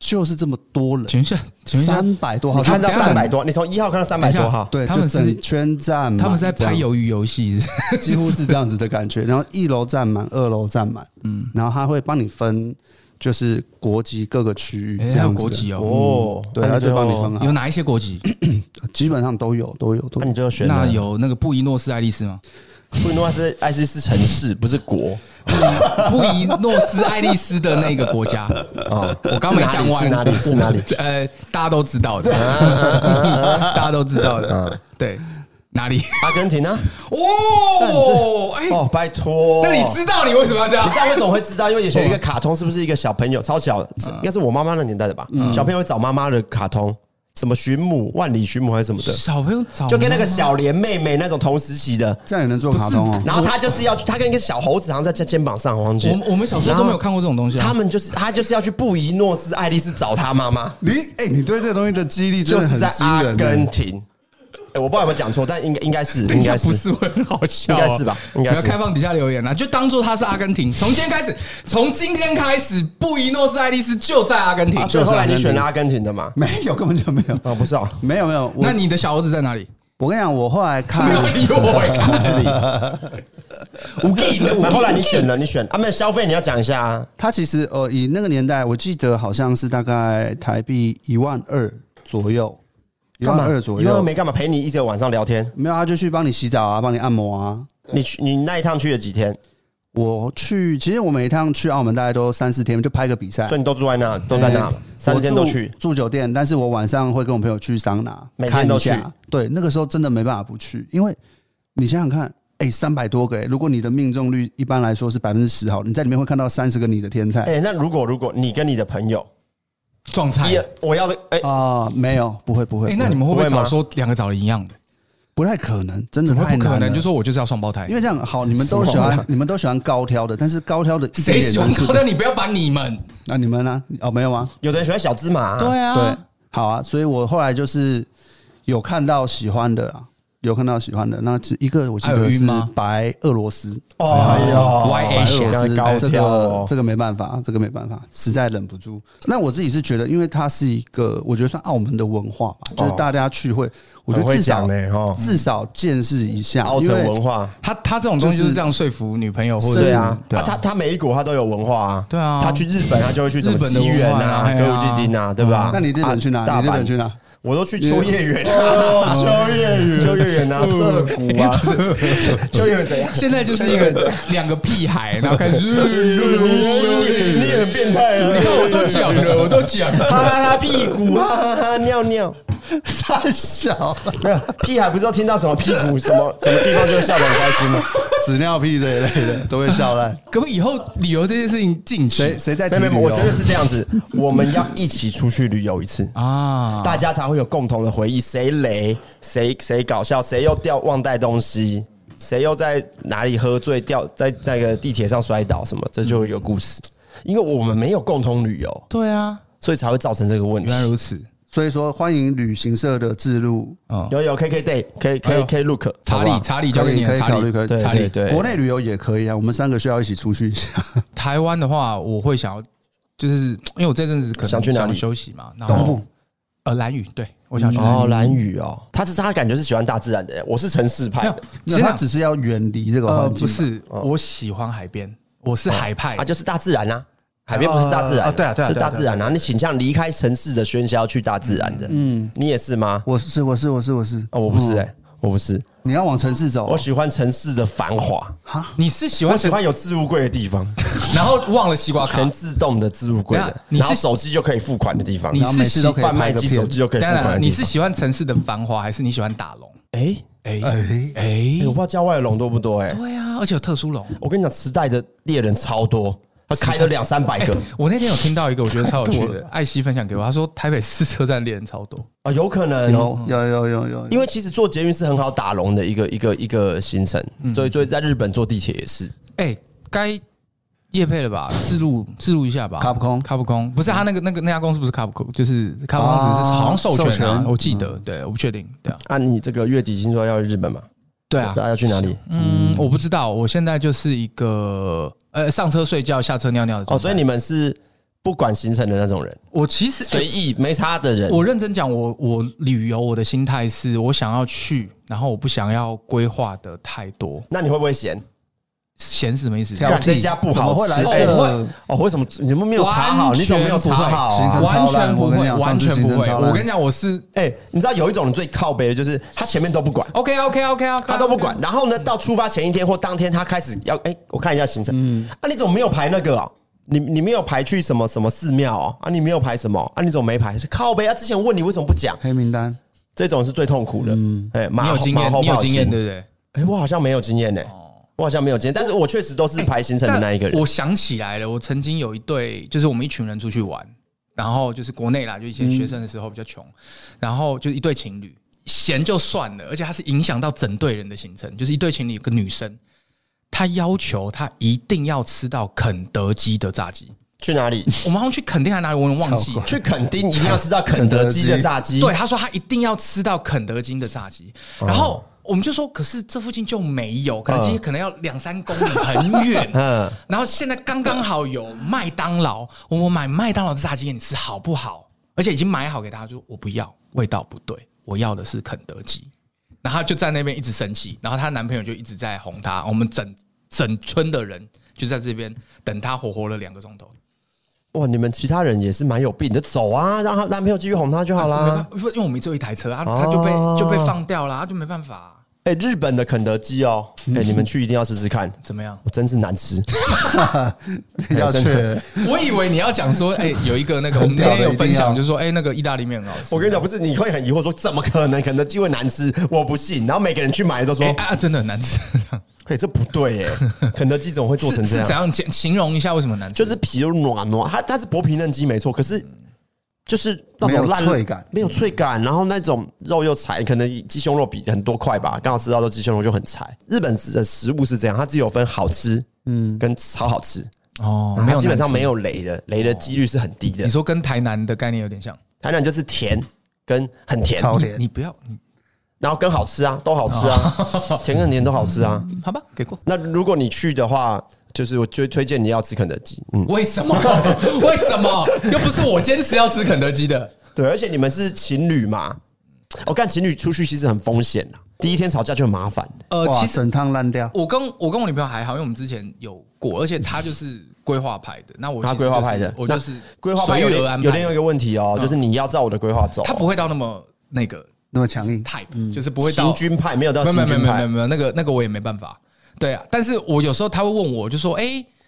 就是这么多人，
请问一下，请问一下，
哦三百多号，
你看到
他们
三百多，你从一号看到三百
等一
多
下
号，
对，
他们
就整
是
圈站满，
他们是在拍
游，
鱿鱼游戏是不是，
几乎是这样子的感觉。然 [laughs] 后一楼站满，二楼站满，嗯，然后他会帮你分，就是国籍各个区
[laughs]
域
哎
这
还有
样子
国
的
籍哦，
哦，
嗯对，
那
他就帮你
后，
分
有
好，
哪一些国籍？
基本上都有，都有，都
那
有
你。最后选
那
了
有那个布宜诺斯艾利斯
[laughs]
吗？
布宜诺斯艾斯是城市，不是国
布宜诺斯艾利斯的那个国家，
啊。
我刚没讲完
是哪里？是哪里？？啊
[laughs] 呃，大家都知道的， [laughs] 大家都知道
嗯
的，对，
[laughs]
哪里？
阿根廷啊？
哦，哎，
哦，拜托，
那你知道你为什么要这样
你知？道为什么会知道？因为以前有一个卡通，是不是一个小朋友超小，应该是我妈妈那年代的吧？小朋友会找妈妈的卡通，什么寻母、万里寻母还是什么的，
小朋友找
就跟那个
[laughs] 妈妈
小莲妹妹那种同时期的。
这样也能做卡通哦，
然后他就是要去，他跟一个小猴子好像在肩肩膀上，我忘记了
我们我们小时候都没有看过这种东西啊。
他们就是他就是要去布宜诺斯艾利斯找他妈妈，
你哎，你对这个东西的记忆力真
就
的
是
很
在
惊
阿
人
根
欸。
廷。哎，我不知道有没有讲错，但应该应该是
等
应
一下
该
不
是
是会很好笑、
应该是吧应该是
我们要开放底下留言啊啦、就当做他是阿根廷。从今天开始，从今天开始，布宜诺斯艾利斯就在阿根廷。
啊，所以后来你选了阿根廷的嘛？
没有，根本就没有，
哦，不是 [laughs] 哦，
没有没有。我
那你的小儿子在哪
[laughs]
里？
我跟你讲，我后来看
哎
没有理我、
不是你。 [laughs]
欸，五 G 的五 G。
后来你选了，你选啊，没有消费你要讲一下啊。
它其实呃，以那个年代，我记得好像是大概台币一万二左右，一
干
万
嘛？
啊二左
一万二
右。
没干嘛，陪你一整晚上聊天。
没有，他就去帮你洗澡啊，帮你按摩啊。
你去你那一趟去了几天？
我去，其实我每一趟去澳门大概都三四天，就拍个比赛
所以。你都住在那，都在那
哎，
三十天都去
我。住住酒店，但是我晚上会跟我朋友去桑拿，
每天都去
看一下。对，那个时候真的没办法不去，因为你想想看，哎，三百多个、哎，如果你的命中率一般来说是百分之十，好，你在里面会看到三十个你的天才
哎、那如果如果你跟你的朋友，
撞菜
一。我要的哎、
啊、没有，不会，不会，
哎，
不
那
会
你们会不会
不会
找
吗
说两个找的一样的？
不太可能，真的
怎么
太
会不可
难
能？
了。
就说我就是要双胞胎，
因为这样好，你们都喜欢，你们都喜欢高挑的，但是高挑的一点
谁
点
喜欢
都是
高的？你不要把你们。
那、你们呢、哦，没有吗？
有的人喜欢小芝麻、
对
对
啊，，
好啊，所以我后来就是有看到喜欢的啊，有看到喜欢的，那是一个我记
还有
得
晕
是
吗
白俄罗斯，
哦，哎呦
YA
白俄罗斯
高
这
挑哦
个这个没办法，这个没办法，实在忍不住。那我自己是觉得，因为它是一个我觉得算澳门的文化吧，就是大家去会，我觉
哦很
得
会
至少
讲欸哦
至少见识一下，
凹
因
成
为
文化。
他他这种东西就是这样说服女朋友或者
对
是
啊，
对
啊，他他每一国他都有文化啊，
对啊
他去日本他就会去什么
日本的
吉原
文化啊
啊、歌舞伎町啊，对吧？
嗯那你日本去哪？
啊大
你日本去
阪，
哪？
我都去秋叶原啊，秋叶原，秋叶原啊，涩谷啊，秋叶原怎
[laughs]
样？
现在就是一个两个屁孩，然后开始。
[laughs]
哎
你也很变态啊！
你看我都讲了，我都讲了。
哈哈哈屁股，哈哈哈尿尿，
太小，
没有屁还不知道听到什么屁股什么什么地方就会笑得很开心吗？
屎尿屁这一类的都会笑烂。
可不可以以后旅游这件事情禁
谁
止
谁在提
没
旅
没没，
游？
我觉得是这样子，我们要一起出去旅游一次。
啊？
大家才会有共同的回忆，谁雷，谁谁搞笑，谁又掉忘带东西，谁又在哪里喝醉掉，在在那个地铁上摔倒什么，这就有故事。因为我们没有共同旅游，
对啊，
所以才会造成这个问题
原。来如此。
所以说，欢迎旅行社的制度，
嗯，
有有 K K Day K
哎
K
呦
K Look
查
好
理，
不好
查理交给你
可
了，
以可以
查
考
理
虑，可以
对
查理
对。对，
国内旅游也可以啊。我们三个需要一起出去一下。
台湾的话，我会想要，就是因为我这阵子可能
想去哪里
休息嘛，然
[laughs]
后呃，蓝屿，对我想去蓝屿
哦，蓝宇哦，他是他感觉是喜欢大自然的人，我是城市
没
派
有
的，，
那
先
他
讲
只是要远离这个
呃，
环境，
不？是，我喜欢海边，我是海派
嗯啊，，就是大自然啊。海边不是大自然、
哦对啊对啊
是
对啊
大自然啊！你倾向离开城市的喧嚣，去大自然的。嗯，你也是吗？
我是我是我是我是
哦，我不是哎、我不是。
你要往城市走啊
我，喜欢城市的繁华，
你是喜
我
欢
喜欢有置物柜的地方，
然后忘了西瓜卡
全，自动的置物柜
等一下
的，
你是
然后手机就可以付款的地方，
你
然后每次都可以
贩卖
拍个
机
片
手机就可以
当
付款
然
的
了，
地
你是
方。
喜欢城市的繁华，还是你喜欢打龙？
哎
哎
哎，
哎
哎，我不知道郊外的龙多不多哎，
对啊，而且有特殊龙。
我跟你讲，时代的猎人超多，
啊
他开了两三百个
我那天有听到一个我觉得超有趣的，艾希分享给我，他说台北市车站猎人超多，
啊，有可
嗯
能
有有有有有，
因为其实坐捷运是很好打龙的一个一个一个行程，所以所以在日本坐地铁也是。
哎，该叶配了吧？自录自录一下吧。
卡普空
卡普空不是他那个那个那家公司不是卡普空，就是卡普空只是
啊
好像授
授
权啊，
权
我记得，对，我不确定，对啊，
啊，你这个月底听说要去日本嘛？
对啊
大，家要去哪里？
嗯，我不知道，我现在就是一个呃上车睡觉，下车尿尿的
哦，
状态
所以你们是不管行程的那种人，
我其实哎
随意没差的人。
我认真讲，我我旅游我的心态是我想要去，然后我不想要规划的太多，
那你会不会嫌？
闲是什么意思？
挑
干
剔
这家不好吃
怎么会来
哎
这？
我
哦，为什么你们没有查好？
完
你
全
怎么没有查好
行
啊
程？
完全不
我跟你
会，
讲
完
上次
全
行
不
程
会。
超烂
我跟你讲，我是
哎、你知道有一种人最靠北的，就是他前面都不管，
OK OK OK OK，
他都不管。然后呢，到出发前一天或当天，他开始要哎、我看一下行程。
嗯
啊，你怎么没有排那个、哦？你你没有排去什么什么寺庙哦？啊，你没有排什么？啊，你怎么没排？是靠北啊！之前问你为什么不讲？
黑名单，
嗯
这种是最痛苦的。哎、马
你有经
马
验，
后
你有
炮
经验
型
对不对？
哎、我好像没有经验呢、我好像没有经验，但是我确实都是排行程的那一个人。
我想起来了，我曾经有一对，就是我们一群人出去玩，然后就是国内啦，就以前学生的时候比较穷，然后就是一对情侣，闲就算了，而且他是影响到整队人的行程，就是一对情侣，有个女生，她要求她一定要吃到肯德基的炸鸡，
去哪
[laughs]
里？
我们好像去肯定还哪里，我有点忘记。
去垦丁一定要吃到肯德基的炸鸡。
[laughs] 对，他说他一定要吃到肯德基的炸鸡，
哦
然后。我们就说，可是这附近就没有，肯德基可能要两三公里很远，
[laughs] 嗯，
然后现在刚刚好有麦当劳，我们买麦当劳的炸鸡给你吃好不好？而且已经买好给大家，就说我不要，味道不对，我要的是肯德基。然后她就在那边一直生气，然后她男朋友就一直在哄她，我们整整村的人就在这边等她活活了两个钟头。
哇，你们其他人也是蛮有病的，走啊，让他男朋友继续哄她就好
没办
啦哦
法。因为我们只有一台车啊，她就被就被放掉了，她就没办法啊。
哎、哎、日本的肯德基哦，哎、
嗯
你们去一定要试试看，
怎么样？
我真是难
[laughs]
吃。
要去
真的
我以为你要讲说， [laughs] 哎、有一个那个我们那天有分享，就是说，哎、那个意大利面很好吃。
我跟你讲，不是你会很疑惑说，怎么可能肯德基会难吃？我不信。然后每个人去买都说，
哎、
哎、
啊，真的很难吃。
这不对耶，肯德基怎么会 [laughs] 做成
是
这
是
样
怎？样形形容一下为什么难吃？
就是皮都软软，它它是薄皮嫩鸡没错，可是就是那
没有
种烂
脆感嗯
没有脆感，然后那种肉又柴，可能鸡胸肉比很多块吧，刚好吃到的鸡胸肉就很柴。日本的食物是这样，它只有分好吃，嗯，跟超好吃，
哦，
然后
没
它
有，
啊基本上没。有雷的，雷的几率是很低的
你。说跟台南的概念有点像，
台南就是甜跟很甜，
超
你
甜
你不要，你
然后跟好吃啊，都好吃啊，
哦
[laughs] 甜跟甜都好吃啊。
好吧，给过。
那如果你去的话，就是我最推荐你要吃肯德基，嗯，
为什么？ [laughs] 为什么？又不是我坚持要吃肯德基的。
对，而且你们是情侣嘛，我、干情侣出去其实很风险啦，第一天吵架就很麻烦。
呃，
哇，
其实
整趟烂掉。
我跟我跟我女朋友还好，因为我们之前有过，而且她就是规划派的。那我
他
其实就
规
是
划派的，
我
那
就是
规划派有
随遇而
另
安
有另
排嗯
外一。个问题哦，就是你要照我的规划走哦。
她不会到那么那个
嗯
那么强硬，
type，、就是不会到
行军派，没有到
没有
行
没有
军
没有没有
派，
没有那个那个我也没办法。对啊，但是我有时候他会问我，就说，哎、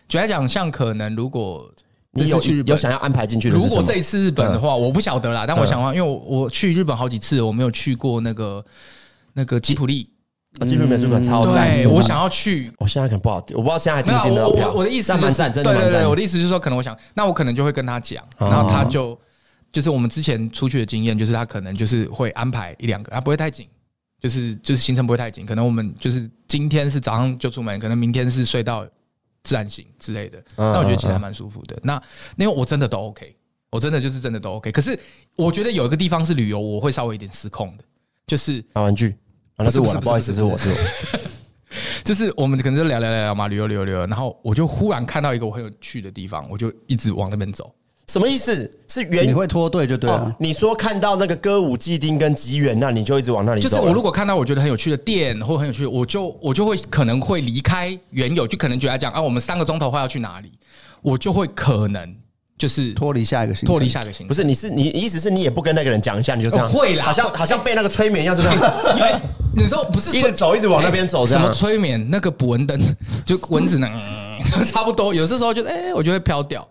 举例来讲，像可能如果这
你
次
有
去日
有
本，
想要安排进去的是
如
什么？嗯
果这一次日本的话，我不晓得啦，但我想的话，因为我我去日本好几次，我没有去过那个那个吉普力，
啊进入美术馆超赞，
对
真的
我想要去。
我现在可能不好订，我不知道现在还
没
订不订
有
得
啊，
到
我
票。
我我的意思
但
就
蛮
是，
赞，
对
真的
对
蛮
对，
赞哦
我。的意思就是说，可能我想，那我可能就会跟他讲，然后他就就是我们之前出去的经验，就是他可能就是会安排一两个，他不会太紧，就是就是行程不会太紧，可能我们就是今天是早上就出门，可能明天是睡到自然醒之类的。
嗯
那我觉得其实还蛮舒服的。那因为我真的都 OK，我真的就是真的都 OK。可是我觉得有一个地方是旅游，我会稍微有点失控的，就是
拿玩具，啊那是
不是
我了，
不是
不好意思，
不
是
是
我是我。
就是我们可能就聊聊聊聊嘛，旅游旅游旅游，然后我就忽然看到一个我很有趣的地方，我就一直往那边走。
什么意思？是原
你会脱队就对
哦
啊了，。
你说看到那个歌舞伎町跟吉原，那你就一直往那里走
就
了。
是我如果看到我觉得很有趣的店或很有趣的，我就我就会可能会离开原有，就可能觉得讲啊，我们三个钟头后要去哪里，我就会可能就是
脱离下一个行程，
脱离下个行程。
不是，你是你意思是你也不跟那个人讲一下，你就这样
哦会啦
好像好像被那个催眠一样，就这
[laughs]
样
因为你说不是
一直走，一直往那边走，这
什么
样
催眠那个捕蚊灯，就蚊子呢， [laughs] 嗯差不多。有些时候就哎、我就会飘掉，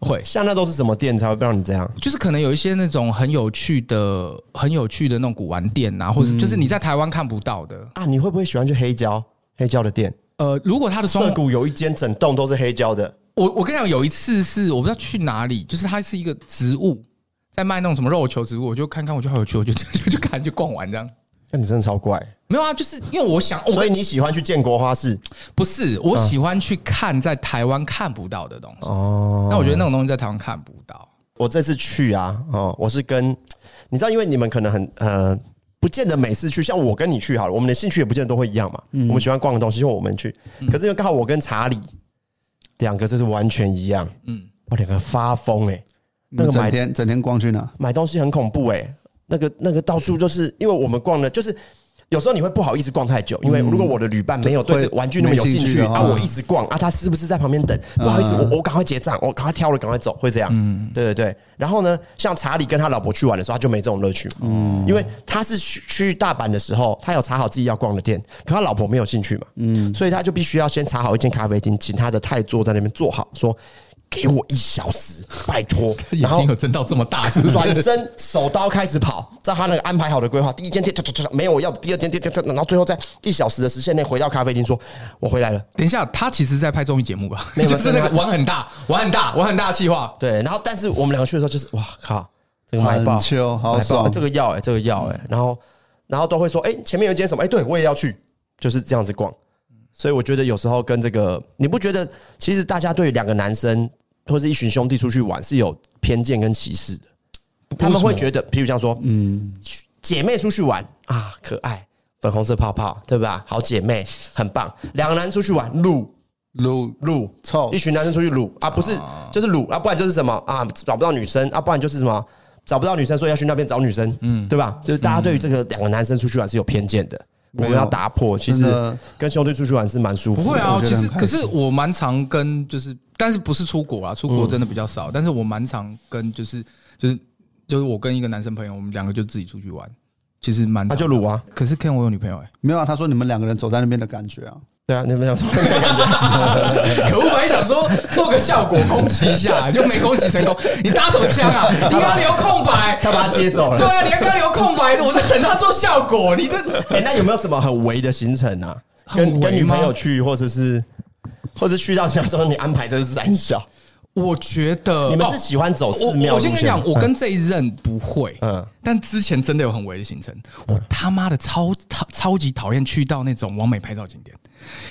会。
像那都是什么店才会让你这样？
就是可能有一些那种很有趣的、很有趣的那种古玩店啊，或
嗯
者就是你在台湾看不到的。
啊，你会不会喜欢去黑胶？黑胶的店，
呃，如果它的
涩
装
谷有一间整栋都是黑胶的，
我我跟你讲，有一次是我不知道去哪里，就是它是一个植物，在卖那种什么肉球植物，我就看看，我觉得好有趣，我就 [laughs] 就就看就逛完这样。
那你真的超怪。
没有啊，就是因为我想，我
所以哦你喜欢去建国花市
不是我喜欢去看在台湾看不到的东西，
哦？
那我觉得那种东西在台湾看不到。
我这次去啊，哦，我是跟你知道，因为你们可能很呃，不见得每次去，像我跟你去好了，我们的兴趣也不见得都会一样嘛。我们喜欢逛的东西，就我们去，可是因为刚好我跟查理两个，这是完全一样，嗯，我两个发疯哎、那
你
个
整
买
天整天光去哪？
买东西很恐怖哎、那个那个到处就是，因为我们逛的，就是有时候你会不好意思逛太久，因为如果我的旅伴没有对
会
这玩具那么有兴
没兴
趣
趣的话
啊，我一直逛啊，他是不是在旁边等？不好意思，我我赶快结账，我赶快挑了，赶快走，会这样。嗯，对对对。然后呢，像查理跟他老婆去玩的时候，他就没这种乐趣，嗯，因为他是去去大阪的时候，他有查好自己要逛的店，可他老婆没有兴趣嘛，嗯，所以他就必须要先查好一间咖啡厅，请他的太座在那边坐好，说。给我一小时，拜托。
眼
然后
睛有睁到这么大，是不是？
[laughs] 转身手刀开始跑，照他那个安排好的规划，第一间店就就就没有我要的，第二间店就就，然后最后在一小时的时限内回到咖啡厅说：“我回来了。
等一下，他其实在拍综艺节目吧？
没有没
[laughs] 就
有
是那个玩很大、玩很大、玩很大的计划”。
对，然后但是我们两个去的时候就是哇靠，这个卖
很
爆，
秋，
买
好
爆
爽
哎。这个要哎、这个要哎、然后然后都会说：“哎、前面有一间什么？哎、对我也要去。”就是这样子逛，所以我觉得有时候跟这个，你不觉得其实大家对于两个男生或是一群兄弟出去玩是有偏见跟歧视的？他们会觉得，譬如像说，嗯，姐妹出去玩啊，可爱，粉红色泡泡，对吧？好姐妹，很棒。两个男出去玩，撸
路
嗯
撸
臭
哦一群男生出去撸啊，不是就是撸啊，不然就是什么啊，找不到女生啊，不然就是什么找不到女生，所以要去那边找女生，嗯，对吧？就是大家对于这
嗯
个两个男生出去玩是有偏见的，我们
没有
要打破。其
真
实
的
跟兄弟出去玩是蛮舒服
不
的，
会啊，
我觉
其
得
实
很开
可
心嗯
是我蛮常跟就是，但是不是出国啊？出国真的比较少，但是我蛮常跟就是就是就是我跟一个男生朋友，我们两个就自己出去玩，其实蛮
他就撸啊，
可是 Ken 我有女朋友哎、
没有啊，他说你们两个人走在那边的感觉啊，
对啊，你们想
[laughs]
说
可恶！我还想说做个效果攻击一下，就没攻击成功。你搭什么枪
[laughs]
啊？你刚留空白，
他把他接走了
对啊，你刚留空白，我在等他做效果。你这
哎、那有没有什么很违的行程啊？
很
跟跟
违
女
吗
朋友去，或者是，或者去到想说你安排这是三小，
我觉得
你们
哦
是喜欢走寺
我
庙
我
路线
先
吗？
跟你讲，我跟这一任不会，嗯
嗯，
但之前真的有很违的行程。我他妈的超超超级讨厌去到那种完美拍照景点，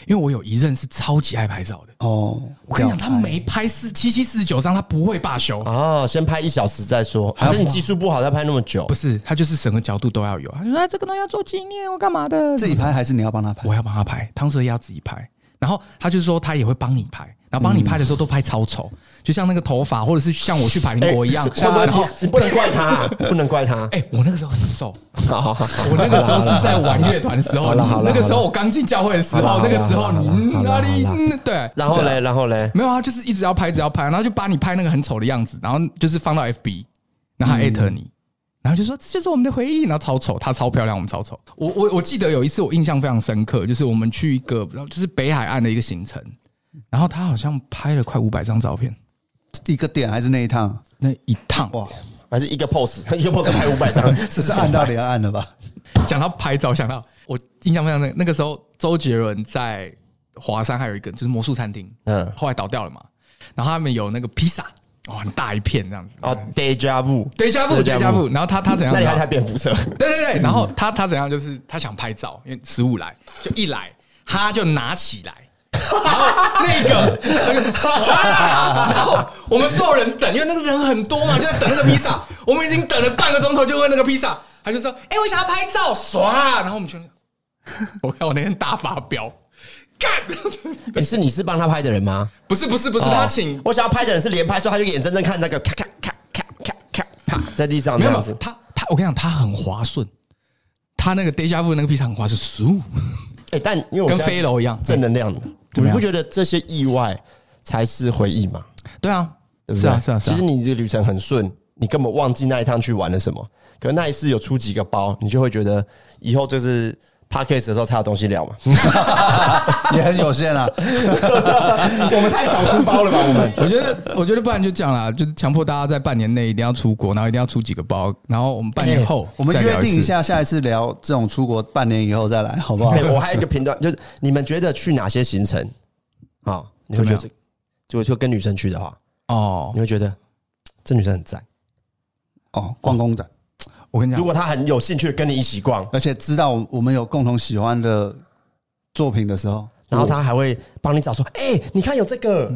因为我有一任是超级爱拍照的。
哦，
我跟你讲，
这
他
样拍
没拍四七七四十九张，他不会罢休。
哦，先拍一小时再说，还是你技术不好再拍那么久
不？是，他就是整个角度都要有。他就说：“哎，这个东西要做纪念，我干嘛的？”
自己拍还是你要帮他拍
我？要帮他拍，汤蛇也要自己拍。然后他就说他也会帮你拍，然后帮你拍的时候都拍超丑，就像那个头发，或者是像我去百灵
嗯哎
国一样。
是会不会
然后，
你不能怪他、不能怪他。
哎、我那个时候很瘦，
好好好，
我那个时候是在玩乐团的时候，
好
你
了好了
那个时候我刚进教会的时候，
好了好了
那个时候
好了
你
好了
嗯哪里
好了好了
嗯对，
然后
对
嘞，然后嘞，
没有啊，就是一直要拍，一直要拍，然后就把你拍那个很丑的样子，然后就是放到 FB，然后艾
嗯
特你，然后就说这就是我们的回忆，然后超丑，她超漂亮，我们超丑。我我我记得有一次我印象非常深刻，就是我们去一个就是北海岸的一个行程，然后她好像拍了快五百张照片，
一个点还是那一趟？
那一趟
哇，
还是一个 pose，一个 pose 拍五百张，
只
只
是按到也要按了吧？
讲到拍照，想到我印象非常深，那个时候周杰伦在华山还有一个就是魔术餐厅，嗯
嗯，
后来倒掉了嘛，然后他们有那个披萨，哦，很大一片这样子。
哦，deja vu，
对家父，对
Deja
家
vu
父，然后他他怎样？
那你
你知道
还开蝙蝠车？
对对对，然后他他怎样？就是他想拍照，因为食物来就一来，他就拿
[laughs]
起来，然后那个他就，啊然后我们所有人等，因为那个人很多嘛，就在等那个披
[laughs]
萨，我们已经等了半个钟头，就为那个披萨，他就说：“哎、我想要拍照，唰！”然后我们全，我看我那天大发飙，干， [laughs]
你是你是帮他拍的人吗？
不是不是不是，他请
哦我想要拍的人是连拍，所以他就眼睁睁看那个咔咔咔咔咔咔啪在地上哦
没
这
有
样
没
子
有，。他他我跟你讲，他很滑顺，他那个 deja vu 那个披萨很滑顺，十五。
哎、但因为我
跟
现在
飞楼一样
正能量的，
么
你
样
不觉得这些意外才是回忆吗？
对啊，
对不对？
是啊，是啊，是啊。
其实你这个旅程很顺，你根本忘记那一趟去玩了什么。可那一次有出几个包，你就会觉得以后就是 podcast 的时候才有东西聊嘛。
也很
[laughs]
有限啊。
[laughs] 我们太早出包了吧？我们
我觉得，我觉得不然就这样啦，就是强迫大家在半年内一定要出国，然后一定要出几个包，然后我们半
哎
年后、
我们
再聊
约定
一
一
次。
下，下一次聊这种出国半年以后再来，
[laughs]
好不好？
哎 [laughs] 我还有一个评断，就是你们觉得去哪些行程啊、你会觉得
怎
这，就就跟女生去的话，
哦
你，会觉得嘖这女生很赞。
哦，逛公仔，
我跟你
如
讲，
果她很有兴趣跟你一起逛，
而且知道我们有共同喜欢的作品的时候，
然后她还会帮你找说，哎、你看有这个，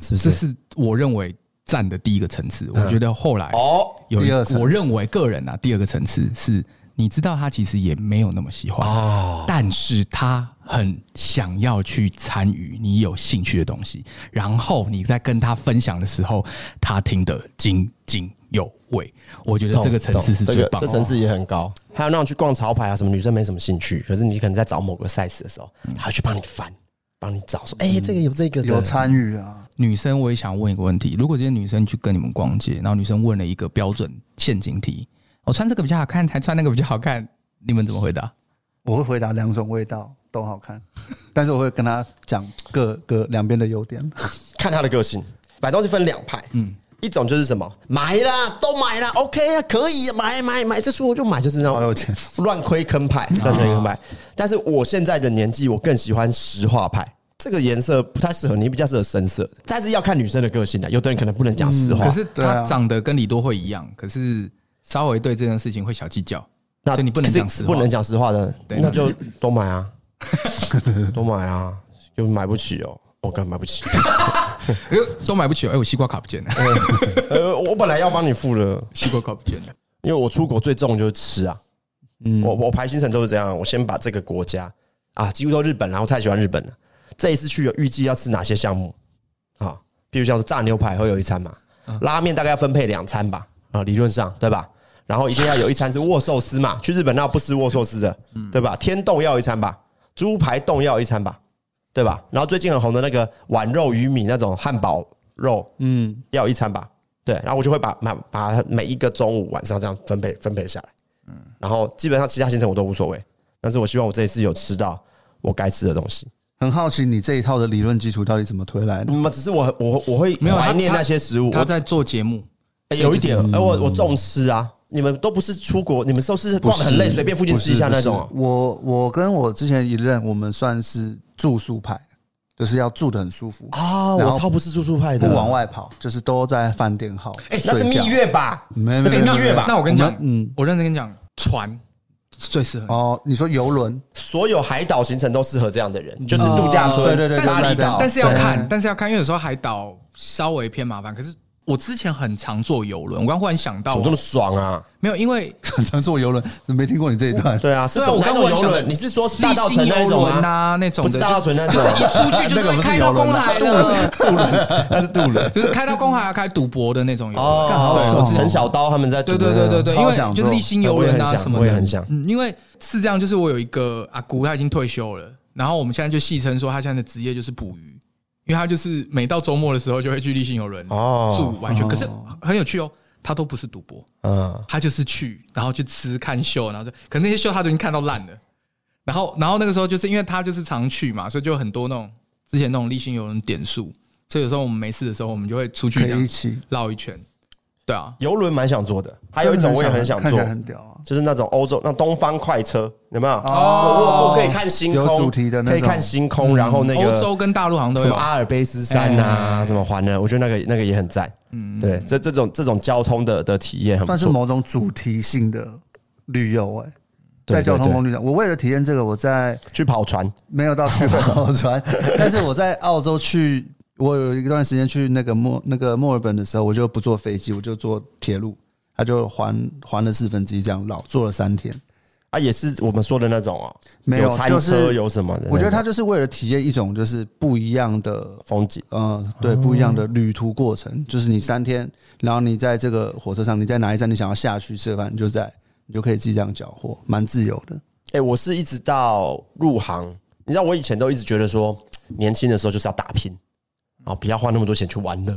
是不
这
是？
嗯是我认为占的第一个层次。我觉得后来
嗯哦
有
第二层
我认为个人啊，第二个层次是，你知道他其实也没有那么喜欢，
哦，
但是他很想要去参与你有兴趣的东西，然后你在跟他分享的时候，他听得津津有味。我觉得这个层次是
懂
最
这
棒
个
的。哦
这层次也很高。还有那种去逛潮牌啊，什么女生没什么兴趣，可是你可能在找某个 size 的时候，
嗯
她会去帮你翻，帮你找，说，哎、这个有这个的
有参与啊，
女生，我也想问一个问题：如果今天女生去跟你们逛街，然后女生问了一个标准陷阱题，我、穿这个比较好看，还穿那个比较好看， [laughs] 你们怎么回答？
我会回答两种味道都
[laughs]
好看，但是我会跟他讲各个两边的优点。
看她的个性。买东西分两派，嗯，一种就是什么买啦，都买啦，OK 啊，可以买买买，这出我就买，就是那
好有
种
钱
[laughs] 乱亏坑派，
啊
乱亏坑派。但是我现在的年纪，我更喜欢实话派。这个颜色不太适合你，比较适合深色。但是要看女生的个性啊的，有的人可能不能讲实话。
嗯可是
对啊
她长得跟李多慧一样，可是稍微对这件事情会小计较，
那
所以你不能
可是
讲实话
不能讲实话的，
对
那就都买啊，都买啊，就买不起哦，我刚买不
[laughs]
起，
哎呦，都买不起哦，哎、我西瓜卡不
[laughs]
见了，
呃，我本来要帮你付了，
西瓜卡不见了。
因为我出国最重就是吃啊，我我排行程都是这样，啊我先把这个国家啊，几乎都日本啦，然后太喜欢日本了，这一次去有预计要吃哪些项目啊？比如像炸牛排会有一餐嘛，拉面大概要分配两餐吧，啊，理论上对吧？然后一定要有一餐是握寿司嘛，去日本那不吃握寿司的，对吧？天冻要一餐吧，猪排冻要一餐吧，对吧？然后最近很红的那个碗肉鱼米那种汉堡肉，
嗯，
要一餐吧，对，然后我就会把把把每一个中午晚上这样分配分配下来，然后基本上其他行程我都无所谓，但是我希望我这一次有吃到我该吃的东西。
很好奇你这一套的理论基础到底怎么推来的？
嗯，只是我我我会
没有
怀念
他他
那些食物，
他
我
在做节目，
欸有一点，哎，我我重吃啊！你们都不是出国，你们都是逛得很累，随便附近吃一下那种啊。
不是我我跟我之前一任，我们算是住宿派，就是要住的很舒服，
啊，
然后
我超不是住宿派
不
的，啊
往外跑，就是都在饭店耗。哎
那是蜜，月吧？
没
那
没
是
没
蜜月吧
那我跟你讲
我，们嗯
我认真跟你讲，船是最适合你。
哦，你说游轮
所有海岛行程都适合这样的人，就是度假村，
对哦对对
巴
对
厘
对对
岛，
哦
但是要看
对，
但是要看，因为有时候海岛稍微偏麻烦。可是我之前很常坐游轮，我刚忽然想到
怎
我，
么这么爽啊？
没有，因为
很常坐游轮，没听过你这一段。
对啊，是
对
什
啊
么
我
哪
刚
种
忽然
游
想
轮？
到
你是说大道
地
城
心
那一
游
种
轮
吗？
啊那种
不
的，
是大道城那
就
种
是一出去就是
那个
会
不是
开到
游轮
公
啊
海了，
那是渡轮，
就是开到公海要开赌博的那种游轮。 [laughs]
哦，
干好
对
爽哦
陈小刀他们在赌
对
的
对
那
对
种，
对对，因
超
为
想
就是
做
立新游轮啊什么的，
我也很想
嗯，因为是这样，就是我有一个阿姑，她已经退休了，然后我们现在就戏称说，她现在的职业就是捕鱼，因为她就是每到周末的时候就会去立新游轮
哦
住完全，
哦
可是很有趣哦。她都不是赌博，
嗯，
她就是去，然后去吃看秀，然后就，可那些秀她都已经看到烂了。然后，然后那个时候就是因为她就是常去嘛，所以就有很多那种之前那种立新游轮点数，所以有时候我们没事的时候，我们就会出去
可
这
以一
样
起。
绕一圈。对啊，
游轮蛮想做的，还有一种我也很想
看起
做
来，很屌啊！
就是那种欧洲那东方快车，有没有？
哦
我我可以看星空，
有主题的那
可
种嗯
以看星空，然后那
欧
个
洲跟大陆好像都
什么
有。
阿尔卑斯山
哎
呐，什么环的，我觉得那个那个也很赞。嗯，对，这这种这种交通的的体验很不
算是
错。
某种主题性的旅游哎、
嗯对
在交
对
通
对
工具上，我为了体验这个，我在
去跑船，
没有到
[laughs]
去跑船，但是我在澳洲去，我有一段时间去那个墨那个墨尔本的时候，我就不坐飞机，我就坐铁路，他就还还了四分之一这样绕，坐了三天。
啊，也是我们说的那种哦，
没
有
有
餐
就是
车有什么的。
我觉得他就是为了体验一种就是不一样的
风景
呃，对，不一样的旅途过程，就是你三天，然后你在这个火车上，你在哪一站你想要下去吃个饭，你就在你就可以自己这样缴获，蛮自由的。
哎、我是一直到入行，你知道我以前都一直觉得说，年轻的时候就是要打拼，啊，不要花那么多钱去玩乐，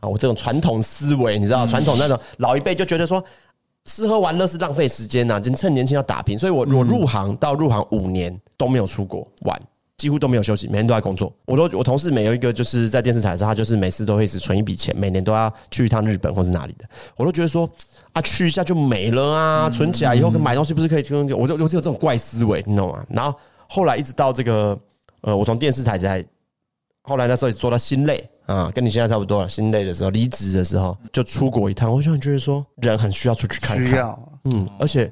啊，我这种传统思维，你知
嗯
道，传统那种老一辈就觉得说，吃喝玩乐是浪费时间呐、就趁年轻要打拼，所以我
嗯
我入行到入行五年都没有出国玩。几乎都没有休息，每天都在工作。我都我同事每有一个就是在电视台的时候，他就是每次都会一直存一笔钱，每年都要去一趟日本或是哪里的。我都觉得说啊，去一下就没了
嗯
啊，存起来以后买东西不是可以提供给我？就我就有这种怪思维，你懂吗？然后后来一直到这个呃，我从电视台才，后来那时候也做到心累啊，跟你现在差不多了。心累的时候，离职的时候就出国一趟，我就很觉得说人很需要出去看
需
看，
要啊
嗯，而且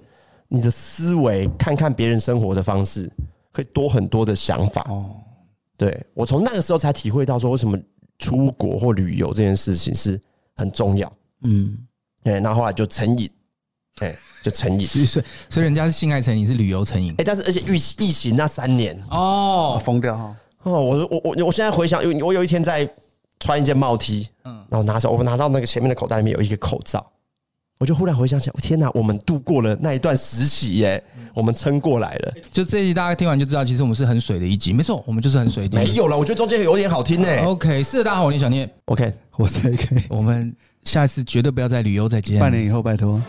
你的思维看看别人生活的方式，可以多很多的想法。
哦，
对我从那个时候才体会到说，为什么出国或旅游这件事情是很重要。
嗯，
对，那后来就成瘾，对，就成瘾。 [laughs]
所以所以所以人家是性爱成瘾，是旅游成瘾
哎、。但是而且疫疫情那三年
哦，
哦，
疯掉哈，
哦，我我我我现在回想，有我有一天在穿一件帽 T，嗯
嗯，
然后拿手我拿到那个前面的口袋里面有一个口罩，我就忽然回想起来，天哪，我们度过了那一段时期耶，我们撑过来了。
就这一集大家听完就知道，其实我们是很水的一集，没错，我们就是很水的一
没
集。
有了，我觉得中间有点好听呢。
OK，是的，大家好，我是小聂，
OK，
我才可以
我们下一次绝对不要在旅游再见。
半年以后拜托。